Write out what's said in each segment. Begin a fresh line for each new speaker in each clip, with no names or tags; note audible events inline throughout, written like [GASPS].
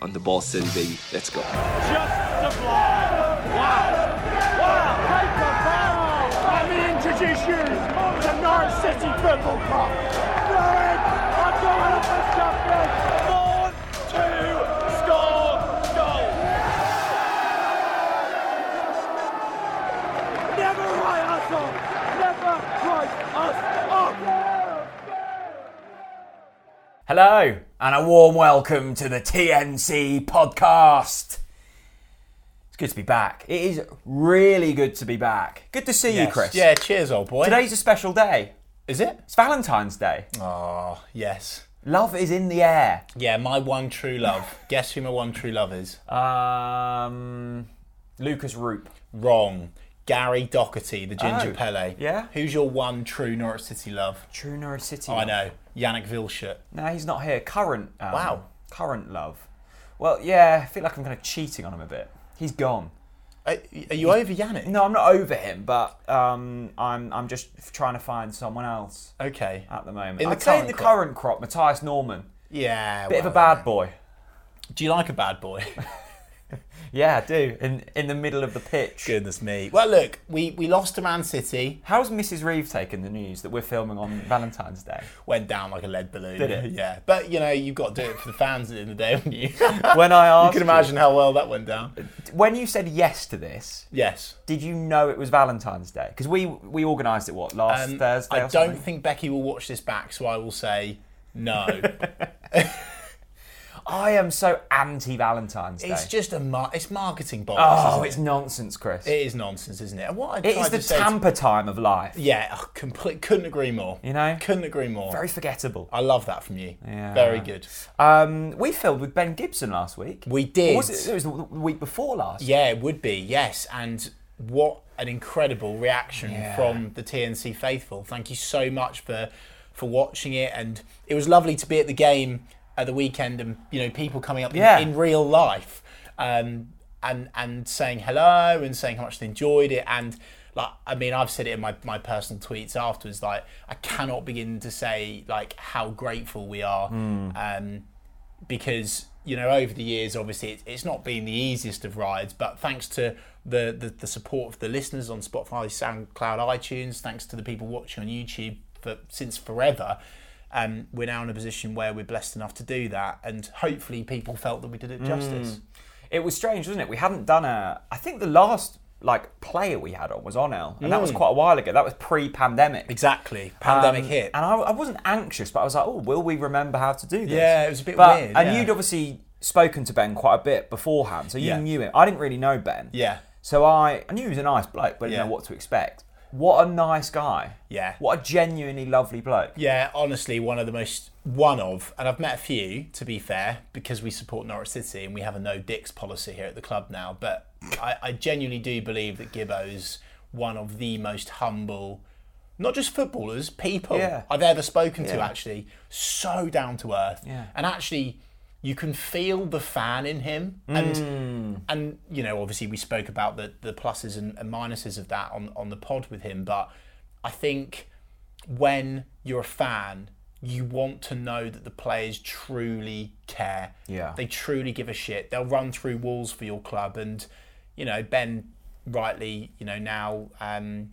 on the Ball City, baby. Let's go.
Just the block. Wow. Wow. Take the ball. Let me introduce you to Norwich City Football Club. Norwich are going up the champions. Born to score goals. Never write us off. Never write us off.
Hello, and a warm welcome to the TNC podcast. It's good to be back. It is really good to be back. Good to see you,
Yes.
Chris.
Yeah, cheers, old boy.
Today's a special day.
is it?
It's Valentine's Day.
Oh, yes.
Love is in the air.
Yeah, my one true
[LAUGHS]
love. Guess who my one true love is?
Um, Lucas Roop.
Wrong. Gary Doherty, the ginger
Oh,
Pele.
yeah?
Who's your one true Norwich City love?
True Norwich City.
I know. Yannick Vilshut.
No, he's not here. Current. Um,
Wow.
Current love. Well, yeah, I feel like I'm kind of cheating on him a bit. He's gone.
Are, are you over Yannick?
No, I'm not over him, but um, I'm I'm just trying to find someone else.
Okay.
at the moment.
In the
I'd say in
current
the
crop.
current crop, Matthias Norman,
Yeah.
bit of
well,
a bad boy.
Do you like a bad
[LAUGHS]
boy? [LAUGHS]
Yeah, I do. In in the middle of the pitch.
Goodness me. Well, look, we, we lost to Man City.
How's Mrs. Reeve taken the news that we're filming
[LAUGHS]
on Valentine's Day?
Went down like a lead balloon.
Did it?
Yeah. But, you know, you've got to do it for the fans at the end of the day,
[LAUGHS]
haven't you?
When I
[LAUGHS] you
asked
can imagine how well that went down.
when you said yes to this,
Yes.
did you know it was Valentine's Day? Because we we organised it what last
Um,
Thursday.
I
or
don't
something?
think Becky will watch this back, so I will say
[LAUGHS]
no.
I am so anti Valentine's Day.
it's just a mar- it's marketing bollocks.
oh,
isn't
it's nonsense, Chris.
it?
It
it is nonsense, isn't it? And what I
is
tried
the
to say to-
tamper time of life.
yeah, I complete, couldn't agree more.
You know?
couldn't agree more.
Very forgettable.
I love that from you.
Yeah.
Very good.
Um, we filmed with Ben Gibson last week.
We did.
Or Was it, it was the week before last.
Yeah, it would be yes, and what an incredible reaction
Yeah.
from the TNC faithful. Thank you so much for for watching it, and it was lovely to be at the game at the weekend, and you know people coming up in-
Yeah.
in, real life, um, and and saying hello and saying how much they enjoyed it, and like I mean I've said it in my my personal tweets afterwards. Like I cannot begin to say like how grateful we are.
Hmm.
Um, because you know over the years obviously it, it's not been the easiest of rides but thanks to the, the the support of the listeners on spotify soundcloud itunes thanks to the people watching on youtube for since forever um, we're now in a position where we're blessed enough to do that and hopefully people felt that we did it justice
It was strange, wasn't it? We hadn't done a. I think the last like player we had on was Onel, and that was quite a while ago. That was pre-pandemic.
exactly Mm. pandemic
Um,
hit
and I, I wasn't anxious, but I was like, "Oh, will we remember how to do this?"
Yeah, it was a bit
but,
weird,
And
yeah.
you'd obviously spoken to Ben quite a bit beforehand, so you
Yeah.
knew him. I didn't really know Ben.
Yeah.
So I, I knew he was a nice bloke, but I didn't
Yeah.
know what to expect. What a nice guy.
Yeah.
What a genuinely lovely bloke.
Yeah, honestly, one of the most one of, and I've met a few to be fair, because we support Norwich City and we have a no dicks policy here at the club now. But I, I genuinely do believe that Gibbo's one of the most humble, not just footballers, people
Yeah.
I've ever spoken to.
Yeah.
Actually, so down to earth,
Yeah.
and actually. You can feel the fan in him, and
Mm.
and you know, obviously, we spoke about the the pluses and, and minuses of that on on the pod with him. But I think when you're a fan, you want to know that the players truly care.
Yeah.
They truly give a shit. They'll run through walls for your club. And, you know, Ben rightly, you know, now um,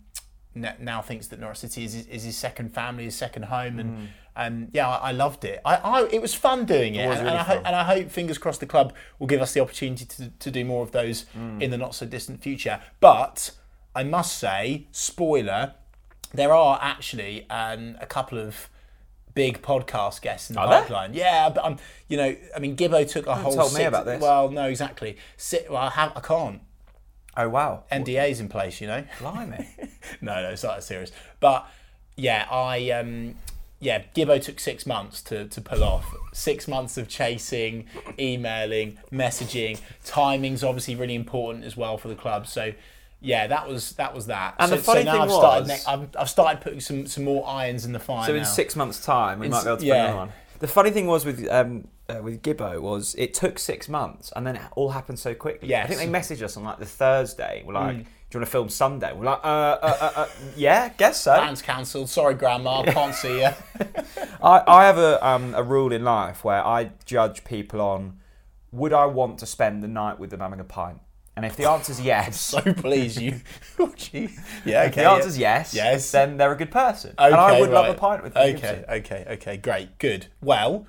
n- now thinks that Norwich City is, is his second family, his second home. And,
Mm.
um, yeah, I, I loved it. I, I It was fun doing it.
was
and,
really
and I hope,
fun.
and I hope, fingers crossed, the club will give us the opportunity to, to do more of those
Mm.
in the not so distant future. But I must say, spoiler, there are actually um, a couple of big podcast guests in the
Are there?
pipeline. Yeah, but um, you know, I mean, Gibbo took a whole.
told me
six-
about this.
Well, no, exactly. Sit. Well, I, have, I can't.
Oh wow.
NDA's in place, you know.
Blimey.
[LAUGHS] no, no, it's not that serious. But yeah, I um, yeah, Gibbo took six months to to pull off. six months of chasing, emailing, messaging. Timing's obviously really important as well for the club. So. Yeah, that was that was that.
And
so,
the funny
so now
thing
I've started
was-
I've, I've started putting some, some more irons in the fire.
So in
now.
six months' time, we might be able to
yeah.
bring another one. The funny thing was with um, uh, with Gibbo was it took six months, and then it all happened so quickly. I
Yes. Mm.
think they messaged us on like the Thursday. We're like, "Do you want to film Sunday?" We're like, "Uh, uh, uh, uh yeah, guess so."
Plans cancelled. Sorry, Grandma. Can't see you.
I, I have a um, a rule in life where I judge people on would I want to spend the night with them having a pint? And if
[LAUGHS]
the answer's yes,
So please, you. [LAUGHS] Oh, gee. Yeah, okay.
if the answer's
yeah.
yes,
Yes.
then they're a good person. and I
Okay,
would love a
right.
pint with them.
Okay, okay, okay. Great, good. Well,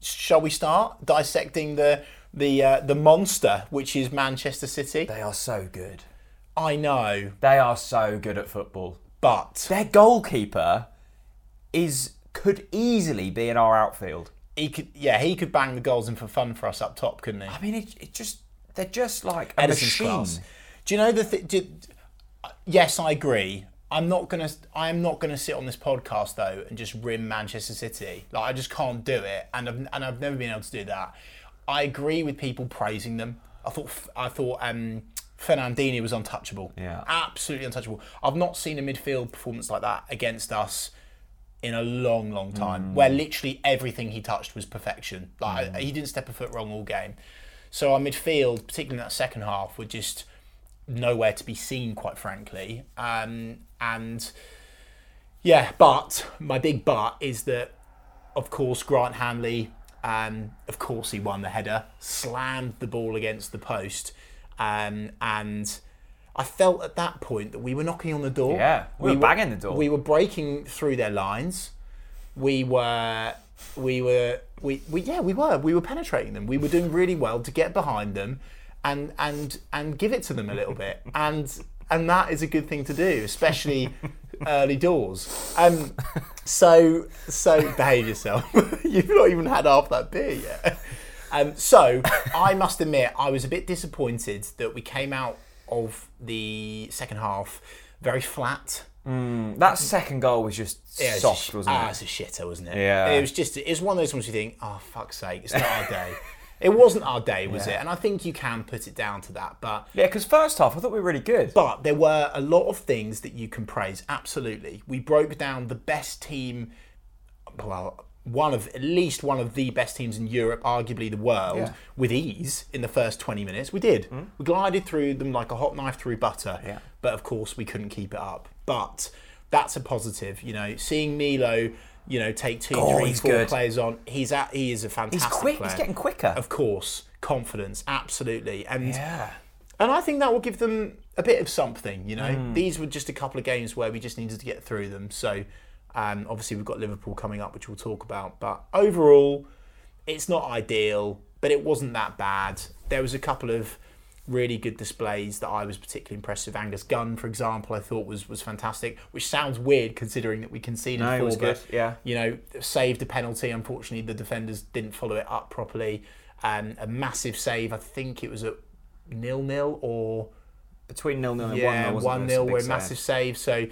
shall we start dissecting the the uh, the monster which is Manchester City?
They are so good.
I know,
They are so good at football.
but
Their goalkeeper is could easily be in our outfield.
he could. Yeah, he could bang the goals in for fun for us up top, couldn't he?
I mean, it, it just they're just like a
Edison's
machine.
class. Do you know the thing? Yes, I agree. I'm not gonna. I am not gonna sit on this podcast though and just rim Manchester City. Like I just can't do it, and I've, and I've never been able to do that. I agree with people praising them. I thought. I thought. Um, Fernandini was untouchable.
Yeah.
absolutely untouchable. I've not seen a midfield performance like that against us in a long, long
Mm.
time, where literally everything he touched was perfection. Like he didn't step a foot wrong all game. So our midfield, particularly in that second half, were just nowhere to be seen, quite frankly. Um, and yeah, but my big but is that, of course, Grant Hanley, um, of course, he won the header, slammed the ball against the post, um, and. I felt at that point that we were knocking on the door.
Yeah, we were banging the door.
We were breaking through their lines. We were, we were, we, we yeah, we were. We were penetrating them. We were doing really well to get behind them, and and and give it to them a little bit. And and that is a good thing to do, especially early doors. Um, so so behave yourself. [LAUGHS] You've not even had half that beer yet. Um, so I must admit, I was a bit disappointed that we came out of the second half very flat.
That second goal was just
Yeah, it's
soft,
a sh-
wasn't
Ah,
it?
it's a shitter, wasn't it?
Yeah.
It was just, it's one of those ones you think, oh, fuck's sake, it's not our day. [LAUGHS] it wasn't our day, was it? And I think you can put it down to that. But
Yeah, because first half I thought we were really good.
but there were a lot of things that you can praise. Absolutely, we broke down the best team. Well, one of at least one of the best teams in Europe, arguably the world,
Yeah. Hmm.
with ease in the first twenty minutes. We did. We glided through them like a hot knife through butter.
Yeah.
But of course, we couldn't keep it up. But that's a positive, you know. Seeing Milo, you know, take two, three, four
Oh, he's good.
players on. He's at. He is a fantastic.
quick, he's
player.
getting quicker.
Of course, confidence, absolutely, and.
yeah.
And I think that will give them a bit of something, you know. These were just a couple of games where we just needed to get through them. So um, obviously we've got Liverpool coming up, which we'll talk about. But overall, it's not ideal, but it wasn't that bad. There was a couple of really good displays that I was particularly impressed with. Angus Gunn, for example, I thought was was fantastic, which sounds weird considering that we conceded
No, he
four,
was
but,
good, yeah.
you know, saved a penalty. Unfortunately, the defenders didn't follow it up properly. Um, a massive save. I think it was at nil nil or
Between nil nil and
yeah
one
one
nil,
nil.
we're
Were a massive save. So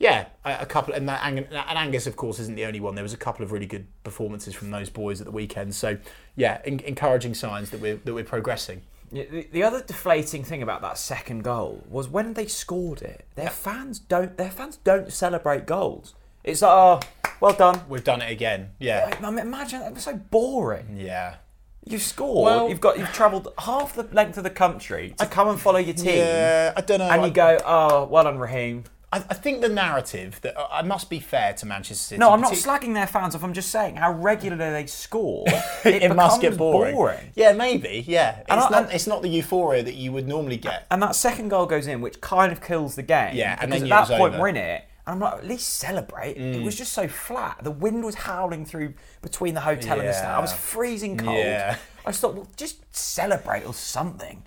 yeah, a, a couple and that Ang- and Angus of course isn't the only one. There was a couple of really good performances from those boys at the weekend. So yeah, en- encouraging signs that we're that we're progressing.
Yeah, the, the other deflating thing about that second goal was when they scored it, their fans don't their fans don't celebrate goals. It's like, oh, well done.
We've done it again. Yeah,
I mean, imagine that was so boring.
yeah.
You've scored.
Well-
you've got you've travelled half the length of the country to come and follow your team.
Yeah, I don't know.
And
I-
you go, oh, well done, Raheem.
I, I think the narrative that I must be fair to Manchester City.
No, I'm not
partic-
slagging their fans off. I'm just saying how regularly they
[LAUGHS]
score. It,
it must get
becomes
boring. Yeah, maybe. Yeah, it's
I-
not.
and-
it's not the euphoria that you would normally get.
And that second goal goes in, which kind of kills the game.
Yeah,
because
and then
at
you
that
was
point
over. Mm.
we're in it. And I'm like, at least celebrate. It was just so flat. The wind was howling through between the hotel and the stand. I was
Yeah.
freezing cold.
Yeah.
I just thought, well, just celebrate or something.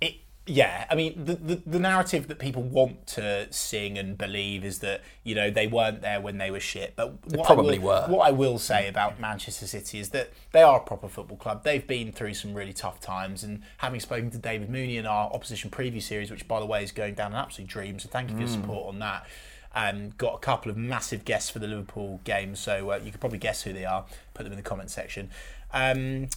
it yeah i mean the, the the narrative that people want to sing and believe is that you know they weren't there when they were shit but what
probably
I will,
were.
what i will say about manchester city is that they are a proper football club they've been through some really tough times and having spoken to david mooney in our opposition preview series which by the way is going down an absolute dream so thank you for
Hmm.
your support on that um, got a couple of massive guests for the Liverpool game, so uh, you could probably guess who they are. Put them in the comment section. Um,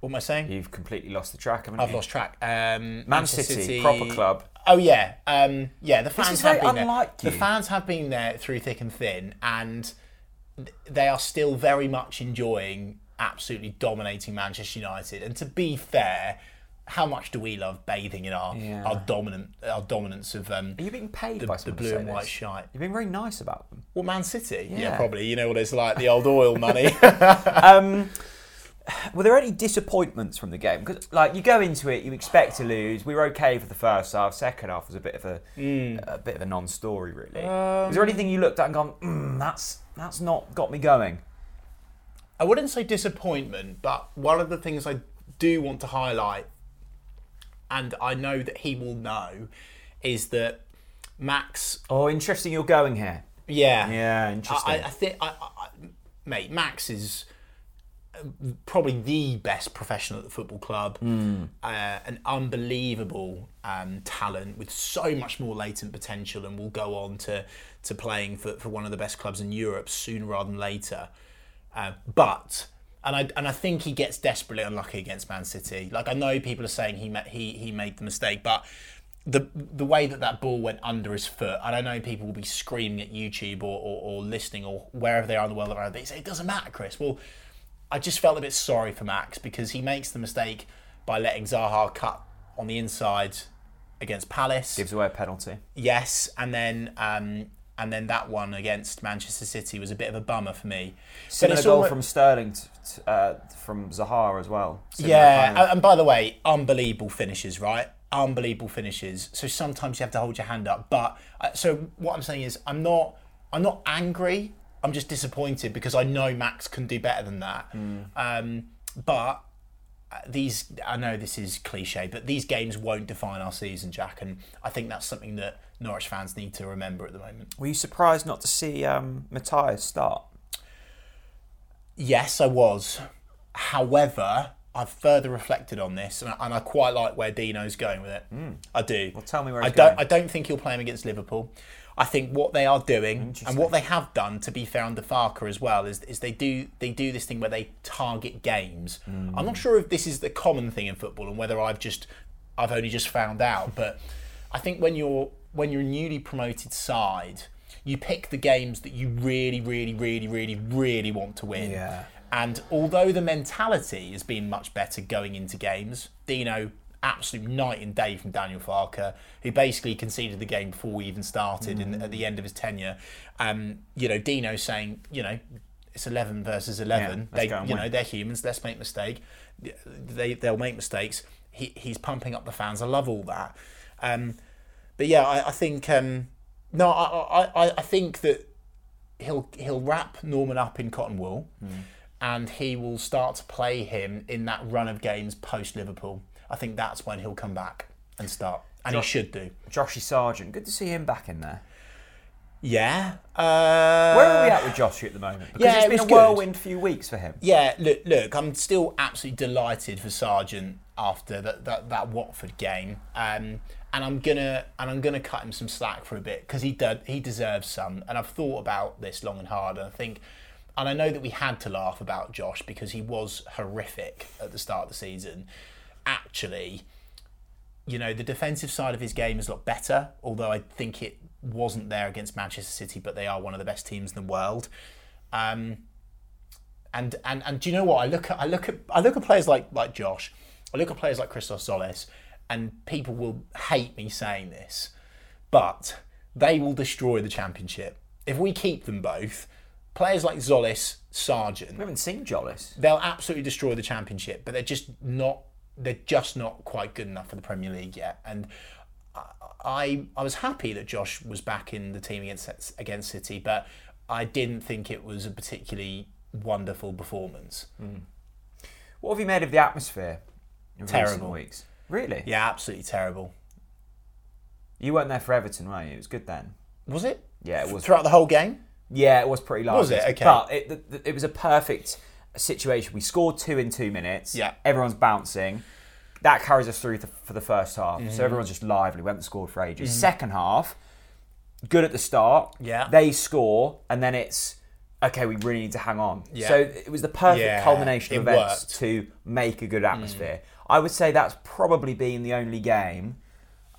what am I saying?
You've completely lost the track, haven't
I've
you?
lost track. Um,
Man City, proper club.
Oh yeah, um, yeah. The fans
is
have
very
been there.
unlike
The
you.
fans have been there through thick and thin, and th- they are still very much enjoying absolutely dominating Manchester United. And to be fair, how much do we love bathing in our
Yeah.
our dominant our dominance of um,
Are you being paid
the,
by
the
someone to
blue
say
and white
this?
shite?
You're being very nice about them.
Well, Man City, yeah.
Yeah. [LAUGHS]
probably. You know what it's like, the old oil money.
were there any disappointments from the game? Because like you go into it, you expect to lose. We were okay for the first half. Second half was a bit of a
Mm.
a bit of a non-story, really.
Um,
was there anything you looked at and gone, mm, that's that's not got me going?
I wouldn't say disappointment, but one of the things I do want to highlight, and I know that he will know, is that Max.
Oh, interesting. You're going here.
Yeah.
Yeah, interesting.
I, I think, I, I, I- mate, Max is uh, probably the best professional at the football club. Uh, an unbelievable um, talent with so much more latent potential, and will go on to to playing for, for one of the best clubs in Europe sooner rather than later. Uh, but and I and I think he gets desperately unlucky against Man City. Like I know people are saying he ma- he he made the mistake, but the the way that that ball went under his foot, and I know people will be screaming at YouTube or, or, or listening or wherever they are in the world around. They say it doesn't matter, Chris. Well, I just felt a bit sorry for Max because he makes the mistake by letting Zaha cut on the inside against Palace.
Gives away a penalty.
Yes, and then um, and then that one against Manchester City was a bit of a bummer for me. But
Similar
it's
goal
almo-
from Sterling, t- t- uh, from Zahar as well. Similar
Yeah,
kind of-
and- and by the way, unbelievable finishes, right? Unbelievable finishes. So sometimes you have to hold your hand up. But uh, so what I'm saying is, I'm not, I'm not angry. I'm just disappointed because I know Max can do better than that.
Hmm.
Um, but uh, these, I know this is cliche, but these games won't define our season, Jack. And I think that's something that Norwich fans need to remember at the moment.
Were you surprised not to see um, Matthias start?
Yes, I was. However, I've further reflected on this, and I, and I quite like where Dino's going with it. I do. Well,
Hmm. tell me where
I
he's
don't.
going.
I don't think he'll play him against Liverpool. I think what they are doing and what they have done, to be fair, under Farker as well, is, is they do they do this thing where they target games. I'm not sure if this is the common thing in football and whether I've just I've only just found out, but I think when you're when you're a newly promoted side, you pick the games that you really, really, really, really, really want to win.
Yeah.
And although the mentality has been much better going into games, Dino absolute night and day from Daniel Farker, who basically conceded the game before we even started in, at the end of his tenure. Um, you know, Dino saying, you know, it's eleven versus eleven.
let's
they,
go and
you
win.
know, they're humans. Let's make mistake. They they'll make mistakes. He, he's pumping up the fans. I love all that. Um, but yeah, I, I think um, no, I, I, I- I think that he'll he'll wrap Norman up in cotton wool, and he will start to play him in that run of games post Liverpool. I think that's when he'll come back and start, and he should do.
Joshy Sargent, good to see him back in there.
Yeah.
Where are we at with Joshy at the moment? Because
Uh, yeah,
it's
it
been
was
a
good.
whirlwind few weeks for him.
Yeah, look, look, I'm still absolutely delighted for Sargent after that, that, that Watford game, um, and I'm gonna and I'm gonna cut him some slack for a bit because he did, he deserves some, and I've thought about this long and hard, and I think, and I know that we had to laugh about Josh because he was horrific at the start of the season. Actually, you know, the defensive side of his game is a lot better, although I think it wasn't there against Manchester City, but they are one of the best teams in the world. Um, and and and do you know what I look at? I look at I look at players like like Josh. I look at players like Christos Solis, and people will hate me saying this, but they will destroy the championship if we keep them both. Players like Zolis, Sargent,
We haven't seen Jollis.
they'll absolutely destroy the championship, but they're just not they're just not quite good enough for the Premier League yet. And I- I I was happy that Josh was back in the team against against City, but I didn't think it was a particularly wonderful performance.
What have you made of the atmosphere? In Recent
Terrible.
weeks. Really?
Yeah, absolutely terrible.
You weren't there for Everton, were you? It was good then.
Was it?
Yeah, it was.
Throughout the whole game?
Yeah, it was pretty large.
Was it? Okay.
But it, th- th- it was a perfect situation. We scored two in two minutes.
Yeah.
Everyone's bouncing. That carries us through th- for the first half.
Mm-hmm.
So everyone's just lively. We haven't scored for ages. Second half, good at the start.
Yeah.
They score, and then it's okay. We really need to hang on.
Yeah.
So it was the perfect
Yeah,
culmination of
it
events
worked. Mm.
to make a good atmosphere. I would say that's probably been the only game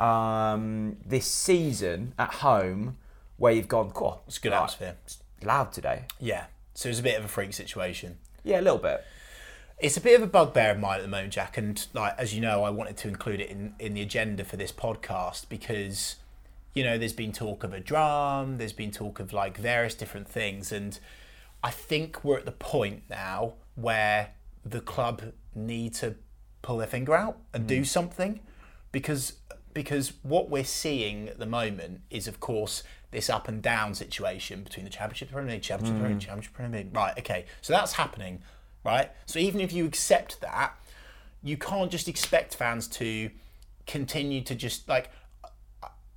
um, this season at home where you've gone. Cool,
It's a good atmosphere.
loud today.
Yeah. So it was a bit of a freak situation.
Yeah, a little bit.
it's a bit of a bugbear of mine at the moment, Jack. And like as you know, I wanted to include it in, in the agenda for this podcast because you know there's been talk of a drum, there's been talk of like various different things, and I think we're at the point now where the club need to pull their finger out and do something because because what we're seeing at the moment is of course this up and down situation between the championship Premier League, championship Premier League, championship Premier League. Right, okay. So that's happening, right? So even if you accept that, you can't just expect fans to continue to just like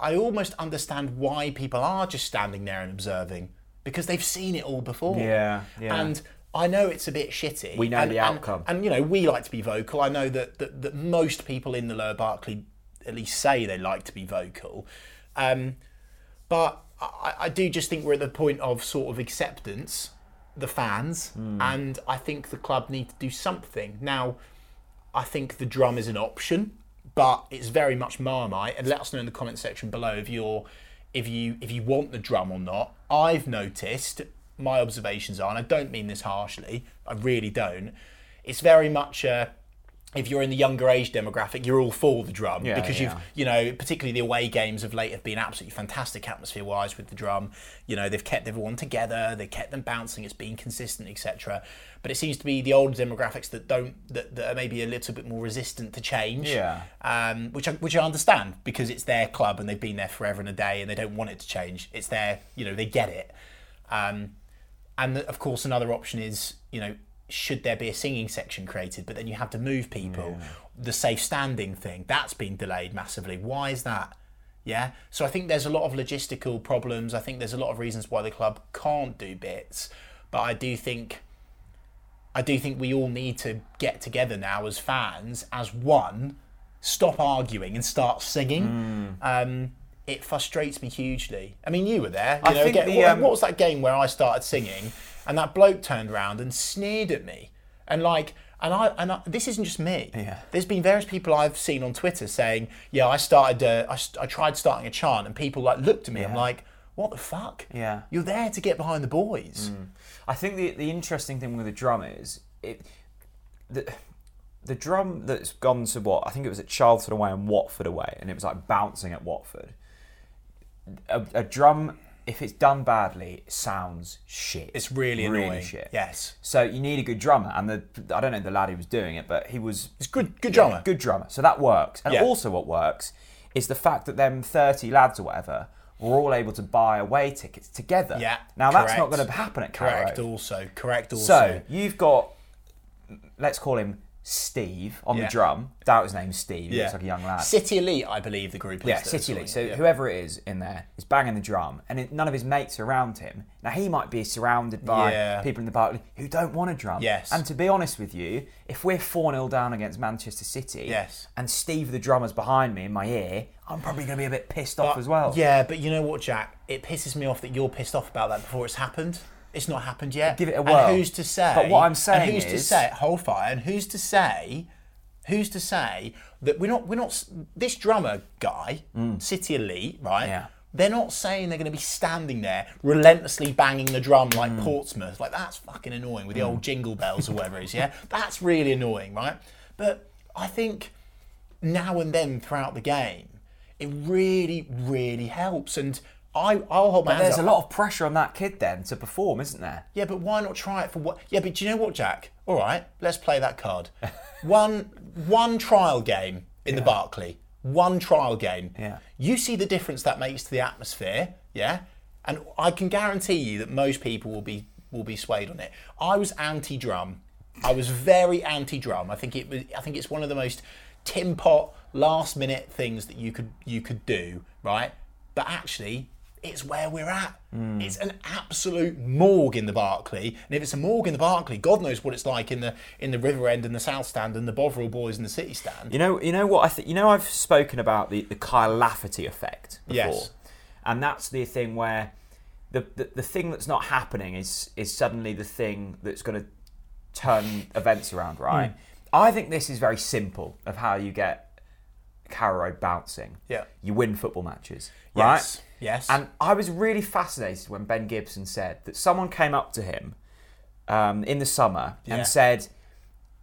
I almost understand why people are just standing there and observing because they've seen it all before.
Yeah, yeah.
And I know it's a bit shitty.
We know
and,
the
and-
outcome.
And, you know, we like to be vocal. I know that, that that most people in the Lower Barclay at least say they like to be vocal. Um, but I, I do just think we're at the point of sort of acceptance, the fans,
Hmm.
and I think the club need to do something. Now, I think the drum is an option, but it's very much Marmite. And let us know in the comment section below if you're if you if you want the drum or not. I've noticed my observations are, and I don't mean this harshly, I really don't. It's very much a if you're in the younger age demographic, you're all for the drum
Yeah,
because
yeah.
you've you know, particularly the away games of late have been absolutely fantastic atmosphere wise with the drum. You know, they've kept everyone together, they kept them bouncing, it's been consistent, etc. But it seems to be the older demographics that don't that, that are maybe a little bit more resistant to change.
Yeah.
Um, which I which I understand because it's their club and they've been there forever and a day and they don't want it to change. It's their you know, they get it. Um, and of course, another option is, you know, should there be a singing section created? But then you have to move people. The safe standing thing, that's been delayed massively. Why is that? Yeah. So I think there's a lot of logistical problems. I think there's a lot of reasons why the club can't do bits. But I do think I do think we all need to get together now as fans, as one, stop arguing and start singing.
Hmm.
Um, it frustrates me hugely. I mean, you were there. You
I
know,
think
again,
the,
what,
um,
what was that game where I started singing and that bloke turned round and sneered at me and like. And I and I, this isn't just me.
Yeah.
There's been various people I've seen on Twitter saying, "Yeah, I started. Uh, I, st- I tried starting a chant, and people like looked at me. I'm
Yeah.
like, what the fuck?
Yeah. Mm.
You're there to get behind the boys.
I think the the interesting thing with the drum is it the the drum that's gone to what I think it was at Charlton away and Watford away, and it was like bouncing at Watford. A, a drum, if it's done badly, sounds shit.
It's really,
really
annoying.
shit.
Yes.
So you need a good drummer, and the I don't know the lad who was doing it, but he was
It's good, good
yeah,
drama.
Good drummer. So that works. And
Yeah.
also what works is the fact that them 30 lads or whatever were all able to buy away tickets together.
Yeah,
Now that's not
correct.
going to happen at Carrow.
Correct. Also, correct. Also,
So you've got, let's call him Steve on
Yeah.
the drum. Doubt his name's Steve. He
Yeah.
looks like a young lad.
City Elite, I believe the group. Is
yeah,
that-
City League. So
yeah.
whoever it is in there is banging the drum, and it, none of his mates are around him. Now he might be surrounded by
Yeah.
people in the Barclay who don't want a drum.
Yes.
And to be honest with you, if we're four 0 down against Manchester City,
Yes.
and Steve the drummer's behind me in my ear, I'm probably going to be a bit pissed off as well.
Yeah, but you know what, Jack? It pisses me off that you're pissed off about that before it's happened. It's not happened yet.
Give it a
And
whirl.
who's to say?
But what I'm
and
saying
who's to
is-
say? Hold fire. And who's to say? Who's to say that we're not? We're not. s- This drummer guy, City Elite, right?
Mm. Yeah.
They're not saying they're going to be standing there relentlessly banging the drum like
Mm.
Portsmouth. Like that's fucking annoying with the old jingle bells or whatever it
[LAUGHS]
is. Yeah, that's really annoying, right? But I think now and then throughout the game, it really, really helps. And I, I'll hold my hands
There's a
up.
lot of pressure on that kid then to perform, isn't there?
Yeah, but why not try it for what? Yeah, but do you know what, Jack? All right, let's play that card. one, one trial game in the Barclay. One trial game.
Yeah.
You see the difference that makes to the atmosphere. Yeah. And I can guarantee you that most people will be will be swayed on it. I was anti-drum. I was very anti-drum. I think it was. I think it's one of the most tin pot last-minute things that you could you could do. Right. But actually, it's where we're at.
Hmm.
It's an absolute morgue in the Barclay, and if it's a morgue in the Barclay, God knows what it's like in the in the River End and the South Stand and the Bovril Boys and the City Stand.
You know, you know what I think. You know, I've spoken about the, the Kyle Lafferty effect before,
Yes.
and that's the thing where the, the the thing that's not happening is is suddenly the thing that's going to turn events around,
Hmm.
right? I think this is very simple of how you get Carrow bouncing.
Yeah.
you win football matches, right?
Yes. Yes.
And I was really fascinated when Ben Gibson said that someone came up to him um, in the summer
Yeah.
and said,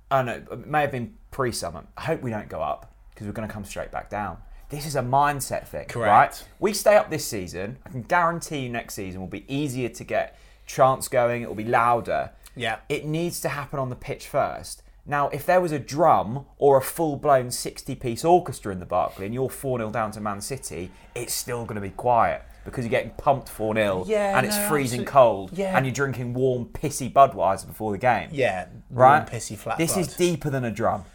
I don't know, it may have been pre summer. I hope we don't go up because we're going to come straight back down. This is a mindset thing.
Correct.
Right? We stay up this season. I can guarantee you next season will be easier to get chants going, it will be louder.
Yeah.
It needs to happen on the pitch first. Now, if there was a drum or a full blown 60 piece orchestra in the Barclay and you're 4 0 down to Man City, it's still going to be quiet because you're getting pumped 4 0
Yeah,
and it's
no,
freezing
absolute-
cold
yeah.
and you're drinking warm, pissy Budweiser before the game.
Yeah, right.
Right?
Pissy flat.
This is
blood.
deeper than a drum.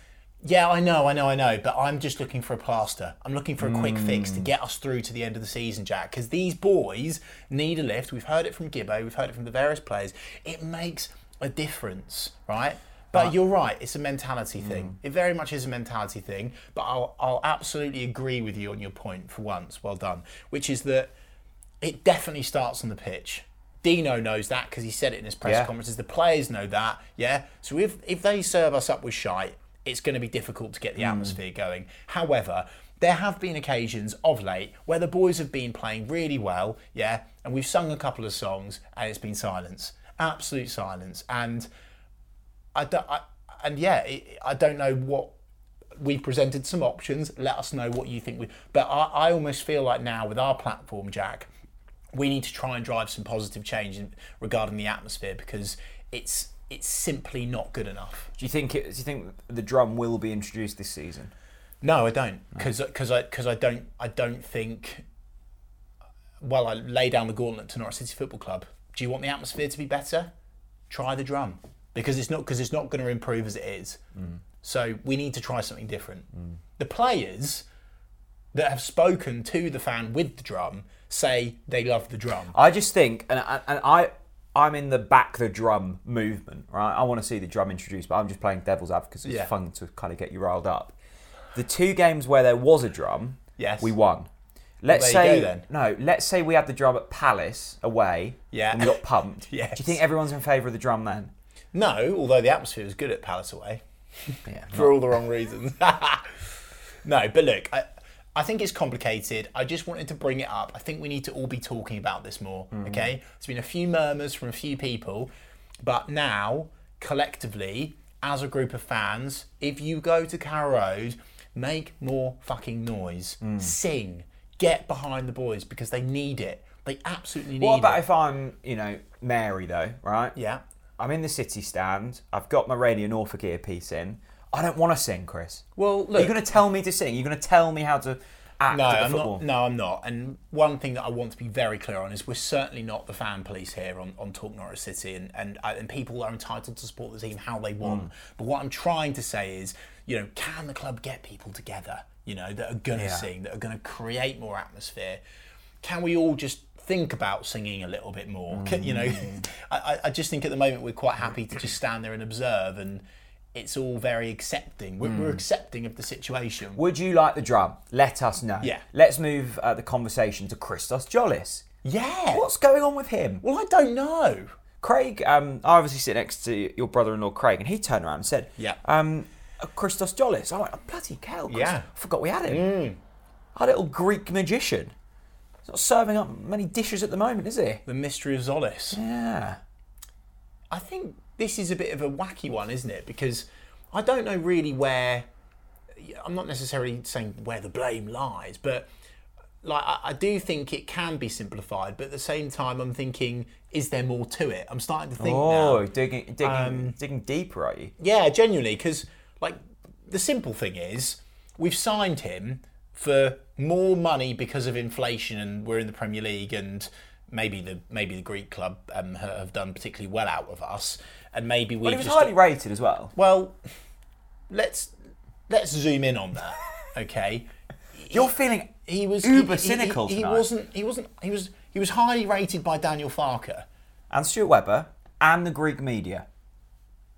Yeah, I know, I know, I know, but I'm just looking for a plaster. I'm looking for a quick fix to get us through to the end of the season, Jack, because these boys need a lift. We've heard it from Gibbo, we've heard it from the various players. It makes a difference, right? But you're right, it's a mentality thing. It very much is a mentality thing, but I'll, I'll absolutely agree with you on your point for once. Well done. Which is that it definitely starts on the pitch. Dino knows that because he said it in his press
Yeah.
conferences. The players know that, yeah. So if if they serve us up with shite, it's going to be difficult to get the atmosphere going. However, there have been occasions of late where the boys have been playing really well, yeah, and we've sung a couple of songs and it's been silence, absolute silence, and I don't, I, and yeah, it, I don't know what we presented some options. Let us know what you think. We, but I, I almost feel like now with our platform, Jack, we need to try and drive some positive change in, regarding the atmosphere because it's it's simply not good enough.
Do you think it, do you think the drum will be introduced this season?
No, I don't, because I because I don't I don't think. Well, I lay down the gauntlet to Norwich City Football Club. Do you want the atmosphere to be better? Try the drum because it's not because it's not going to improve as it is.
Mm.
So we need to try something different. The players that have spoken to the fan with the drum say they love the drum.
I just think, and I, and I, I'm in the back the drum movement, right? I want to see the drum introduced, but I'm just playing devil's advocate. 'cause It's
Yeah.
fun to kind of get you riled up. The two games where there was a drum,
Yes.
we won. Let's
there you
say
go then.
no. Let's say we had the drum at Palace away,
Yeah.
and we got pumped.
[LAUGHS] Yes.
Do you think everyone's in favour of the drum then?
No, although the atmosphere was good at Palace away.
[LAUGHS] Yeah.
for all the wrong reasons. [LAUGHS] no, but look, I, I think it's complicated. I just wanted to bring it up. I think we need to all be talking about this more,
Mm-hmm.
okay? There's been a few murmurs from a few people, but now, collectively, as a group of fans, if you go to Carrow Road, make more fucking noise.
Mm.
Sing. Get behind the boys because they need it. They absolutely need
What about
it.
if I'm, you know, Mary though, right?
yeah.
I'm in the city stand. I've got my Radio Norfolk earpiece in. I don't want to sing, Chris.
Well,
Are
look-
you going to tell me to sing? You're going to tell me how to act
No,
at the
I'm
football?
not. No, I'm not. And one thing that I want to be very clear on is we're certainly not the fan police here on, on Talk Norwich City, and and, uh, and people are entitled to support the team how they
Mm.
want. But what I'm trying to say is, you know, can the club get people together? You know, that are gonna
Yeah.
sing, that are gonna create more atmosphere. Can we all just think about singing a little bit more? Can- you know,
Mm.
[LAUGHS] I, I- I just think at the moment we're quite happy to just stand there and observe and. It's all very accepting. We're,
Mm.
we're accepting of the situation.
Would you like the drum? Let us know.
Yeah.
Let's move uh, the conversation to Christos Jolis.
yeah.
What's going on with him?
Well, I don't know.
Craig, um, I obviously sit next to your brother-in-law Craig, and he turned around and said,
Yeah.
um, uh, Christos Jolis." I went, oh, "Bloody hell, Chris,
Yeah. Mm.
I forgot we had him. Our little Greek magician. He's not serving up many dishes at the moment, is he?
The Mystery of Zolis.
Yeah.
I think this is a bit of a wacky one, isn't it? Because I don't know really where. I'm not necessarily saying where the blame lies, but like I, I do think it can be simplified. But at the same time, I'm thinking, is there more to it? I'm starting to think now. Um,
Oh, digging, digging, digging deeper, are you?
Yeah, genuinely, because like the simple thing is, we've signed him for more money because of inflation, and we're in the Premier League, and maybe the maybe the Greek club um, ha- have done particularly well out of us, and maybe we
But he was
just
highly rated as well.
well. Let's let's zoom in on that, okay?
You're feeling
He was
Uber
he- he-
cynical
He, he
tonight.
wasn't. He wasn't. He was. He was highly rated by Daniel Farker.
and Stuart Webber and the Greek media.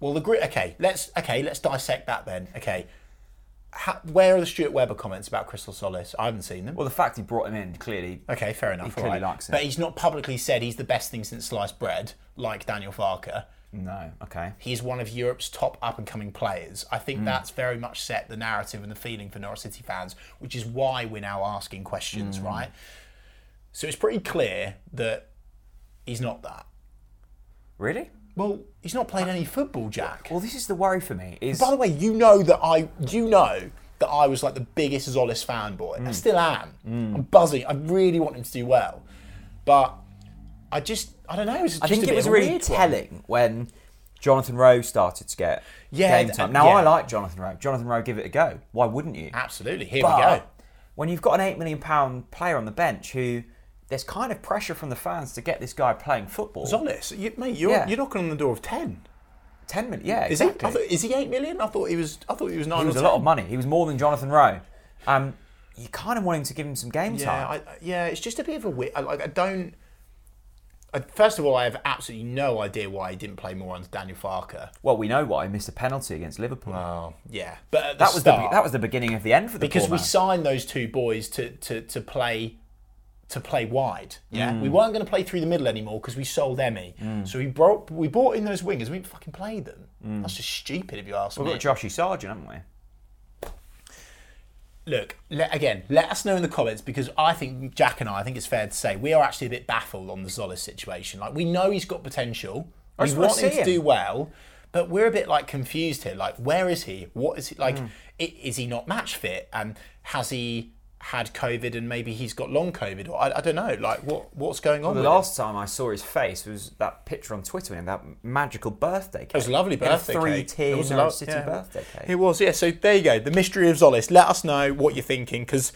Well, the gri Okay, let's okay, let's dissect that then. Okay, How, where are the Stuart Webber comments about Crystal Solace? I haven't seen them.
Well, the fact he brought him in clearly.
okay, fair enough. all
clearly
right.
likes it.
But he's not publicly said he's the best thing since sliced bread, like Daniel Farker.
No, okay.
He's one of Europe's top up and coming players. I
Mm.
think that's very much set the narrative and the feeling for Norwich City fans, which is why we're now asking questions,
Mm.
right? So it's pretty clear that he's not that.
Really?
Well, he's not played any
uh,
football, Jack.
Well, this is the worry for me. Is
By the way, you know that I, you know that I was like the biggest Zolis fanboy.
Mm.
I still am. I'm buzzing. I really want him to do well, but I just, I don't know. It's just
I think
a
it
bit
was
of a
really
weird one.
telling when Jonathan Rowe started to get
Yeah,
game
and-
time. Now I
yeah. Ah,
like Jonathan Rowe. Jonathan Rowe, give it a go. Why wouldn't you?
Absolutely. Here
But
we go.
When you've got an eight million pound player on the bench who there's kind of pressure from the fans to get this guy playing football.
It's honest, you, mate. You're,
Yeah.
you're knocking on the door of ten.
Ten million, yeah,
Is
exactly.
he? I thought, is he eight million? I thought he was. I thought he was nine.
It was
or
a
10.
lot of money. He was more than Jonathan Rowe. Um, you kind of wanting to give him some game
Yeah,
time.
I, I- yeah. It's just a bit of a weird. I, like I don't. I, first of all, I have absolutely no idea why he didn't play more under Daniel Farker.
well, we know why he missed a penalty against Liverpool.
Oh, yeah. But at the
that was the
start,
that was the beginning of the end for the
because
poor
we
man.
signed those two boys to to, to play to play wide. Yeah,
Mm.
we weren't going to play through the middle anymore because we sold Emmy. So we brought we bought in those wingers. We didn't fucking played them. That's just stupid if you ask
Mm. We've
me.
got Joshy Sargent, haven't we?
Look, let, again, let us know in the comments because I think Jack and I, I think it's fair to say we are actually a bit baffled on the Zola situation. Like we know he's got potential. We
just wanna
want him
see
to
him.
do well, but we're a bit like confused here. Like, where is he? What is he like?
Hmm.
i- Is he not match fit? And has he had COVID and maybe he's got long COVID? Or I, I don't know. Like, what what's going on?
The
with him?
last time I saw his face was that picture on Twitter and that magical birthday cake. It
was a lovely birthday
Three
cake. It
tier
was a
Norwich
lo-
City
yeah.
birthday cake.
It was, yeah. So there you go. The mystery of Zolis. Let us know what you're thinking because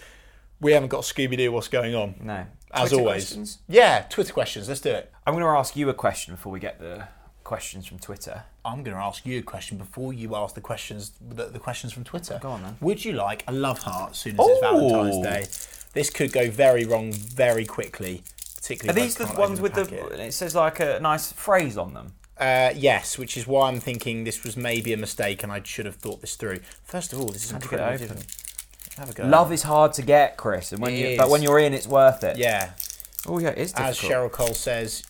we haven't got Scooby Doo. What's going on?
No.
As
Twitter
always.
questions?
Yeah, Twitter questions. Let's do it.
I'm going to ask you a question before we get the questions from Twitter.
I'm going to ask you a question before you ask the questions. The, the questions from Twitter.
Go on, then.
Would you like a love heart as soon as it's Valentine's
Ooh.
Day? This could go very wrong very quickly.
Are
Particularly. if I
these the
can't
ones
open
with the?
packet.
It says like a nice phrase on them.
Uh, yes, which is why I'm thinking this was maybe a mistake and I should have thought this through. First of all, this is
do you get it
incredibly
open?
different. Have a go.
Love is hard to get, Chris, and when
It
you
is.
but when you're in, it's worth it.
Yeah.
Oh yeah, it is difficult.
As Cheryl Cole says,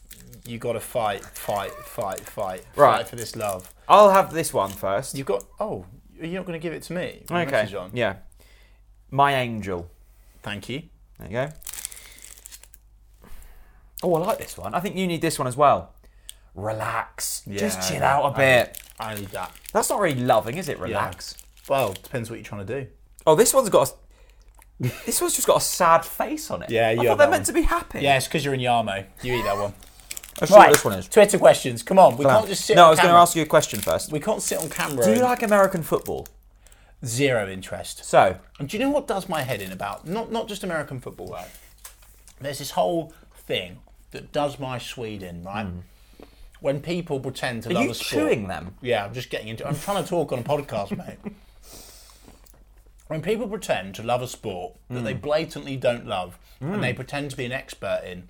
you got to fight, fight, fight, fight,
Right.
fight for this love.
I'll have this one first.
You've got. Oh, you're not going to give it to me. Your
okay.
message on.
Yeah. My angel.
Thank you.
There you go. Oh, I like this one. I think you need this one as well. Relax. Just
Yeah,
chill out a
I-
bit.
I need that.
That's not really loving, is it? Relax.
Well, depends what you're trying to do.
Oh, this one's got.
[LAUGHS]
A, this one's just got a sad face on it.
Yeah, you
I
have
thought they're
that
meant
one.
to be happy.
Yeah, it's because you're in Yarmo. You eat that
[LAUGHS]
one.
Let's see what
right.
this one is.
Twitter questions. Come on. We can't just sit.
no,
on
I was going to
camera.
ask you a question first.
We can't sit on camera.
Do you
and-
like American football?
zero interest?
So,
And do you know what does my head in about not not just American football, right? There's this whole thing that does my Sweden, right? When people pretend to
Hmm. are
love
you
a sport.
chewing them?
Yeah, I'm just getting into I'm trying to talk on a podcast,
[LAUGHS]
mate. When people pretend to love a sport that
Hmm.
they blatantly don't love and they pretend to be an expert in,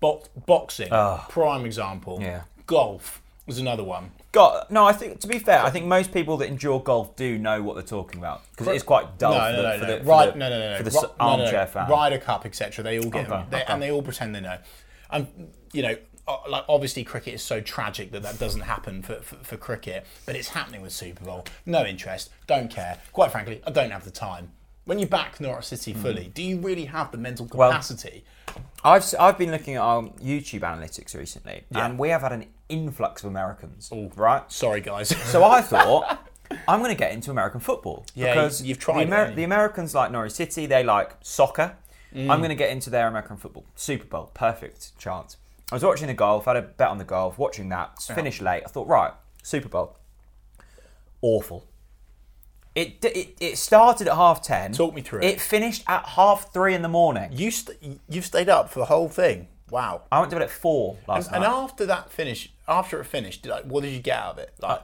bo- boxing, prime example.
Ah. Yeah.
Golf is another one.
Got no. I think to be fair, I think most people that endure golf do know what they're talking about because it is quite dull
No,
for,
no,
the,
no,
for
no.
the for
Right,
the-
no, no, no, no.
for the
Ri-
s- armchair
no, no, no.
fan.
Ryder Cup, etc. They all get
Okay,
they,
okay.
and they all pretend they know. And you know, uh, like obviously, cricket is so tragic that that doesn't happen for, for, for cricket, but it's happening with Super Bowl. No interest, don't care. Quite frankly, I don't have the time. When you back Norwich City
Hmm.
fully, do you really have the mental capacity?
I've s- I've been looking at our YouTube analytics recently,
Yeah.
and we have had an influx of Americans. Right.
Sorry, guys. [LAUGHS]
So I thought [LAUGHS] I'm going to get into American football
Yeah,
because
you've tried
the,
it, haven't you? Mm.
the Americans like Norwich City, they like soccer. I'm going to get into their American football. Super Bowl, perfect chance. I was watching the golf, had a bet on the golf, watching that, finished late. I thought, right, Super Bowl, awful. It, d- it, it started at half ten.
Talk me through it.
It finished at half three in the morning.
you st- you've stayed up for the whole thing. Wow.
I went to bed at four last
And
night.
after that finish, after it finished, did, like, what did you get out of it? Like,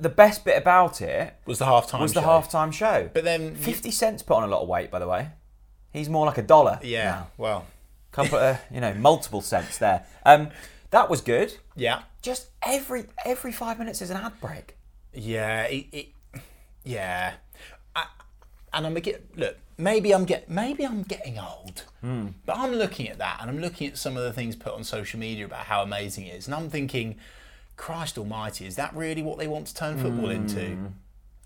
the best bit about it
was the halftime?
Uh, was the
show?
halftime show.
But then you-
fifty cents put on a lot of weight, by the way. He's more like a dollar.
Yeah.
now.
Well.
couple, uh, you know, multiple cents there. Um, that was good.
Yeah.
Just every every five minutes is an ad break.
Yeah, it, it, yeah, I, and I'm get look. Maybe I'm get maybe I'm getting old, but I'm looking at that and I'm looking at some of the things put on social media about how amazing it is, and I'm thinking, Christ Almighty, is that really what they want to turn football into?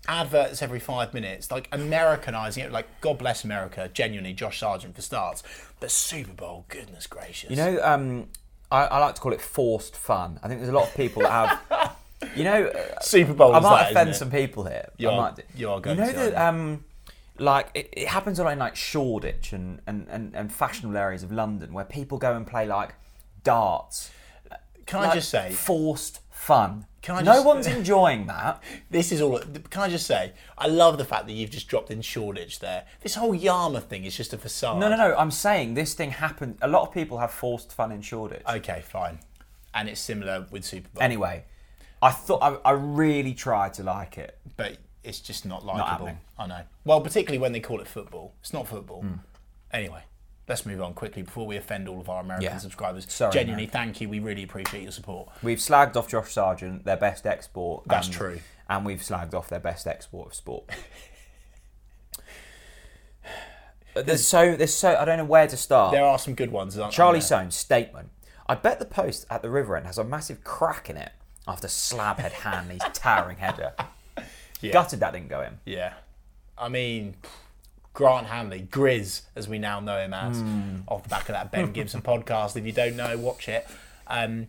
Adverts every five minutes, like Americanizing it. Like God bless America, genuinely. Josh Sargent for starts, but Super Bowl, goodness gracious,
You know, um, I, I like to call it forced fun. I think there's a lot of people that have, you know,
[LAUGHS]
uh,
Super Bowl.
I
is
might
that, isn't
offend
it?
some people here.
You
I
are-
might do.
you are going
You know
to,
that,
aren't
um, like it, it happens a lot in like Shoreditch and, and, and, and fashionable areas of London where people go and play like darts.
Can I
Like,
just say,
forced fun.
Can I
no
just-
one's enjoying
[LAUGHS]
that.
This is all. Can I just say, I love the fact that you've just dropped in Shoreditch there. This whole Yarmouth thing is just a facade.
No, no, no. I'm saying this thing happened. A lot of people have forced fun in Shoreditch.
Okay, fine. And it's similar with Super Bowl,
Anyway, I thought I, I really tried to like it.
but it's just not likable.
happening. Hmm.
I know. Well, particularly when they call it football. It's not football. Anyway, let's move on quickly before we offend all of our American
Yeah.
subscribers.
Sorry,
Genuinely, thank you. We really appreciate your support.
We've slagged off Josh Sargent, their best export.
That's
and-
true.
And we've slagged off their best export of
[LAUGHS]
sport. there's so there's so I don't know where to start.
There are some good ones, aren't
Charlie
there?
Soane's statement. I bet the post at the river end has a massive crack in it after Slabhead Hanley's towering header. Gutted that didn't go in.
Yeah. I mean, Grant Hanley, Grizz, as we now know him as,
Hmm.
off the back of
[LAUGHS]
that Ben Gibson podcast. If you don't know, watch it. Um,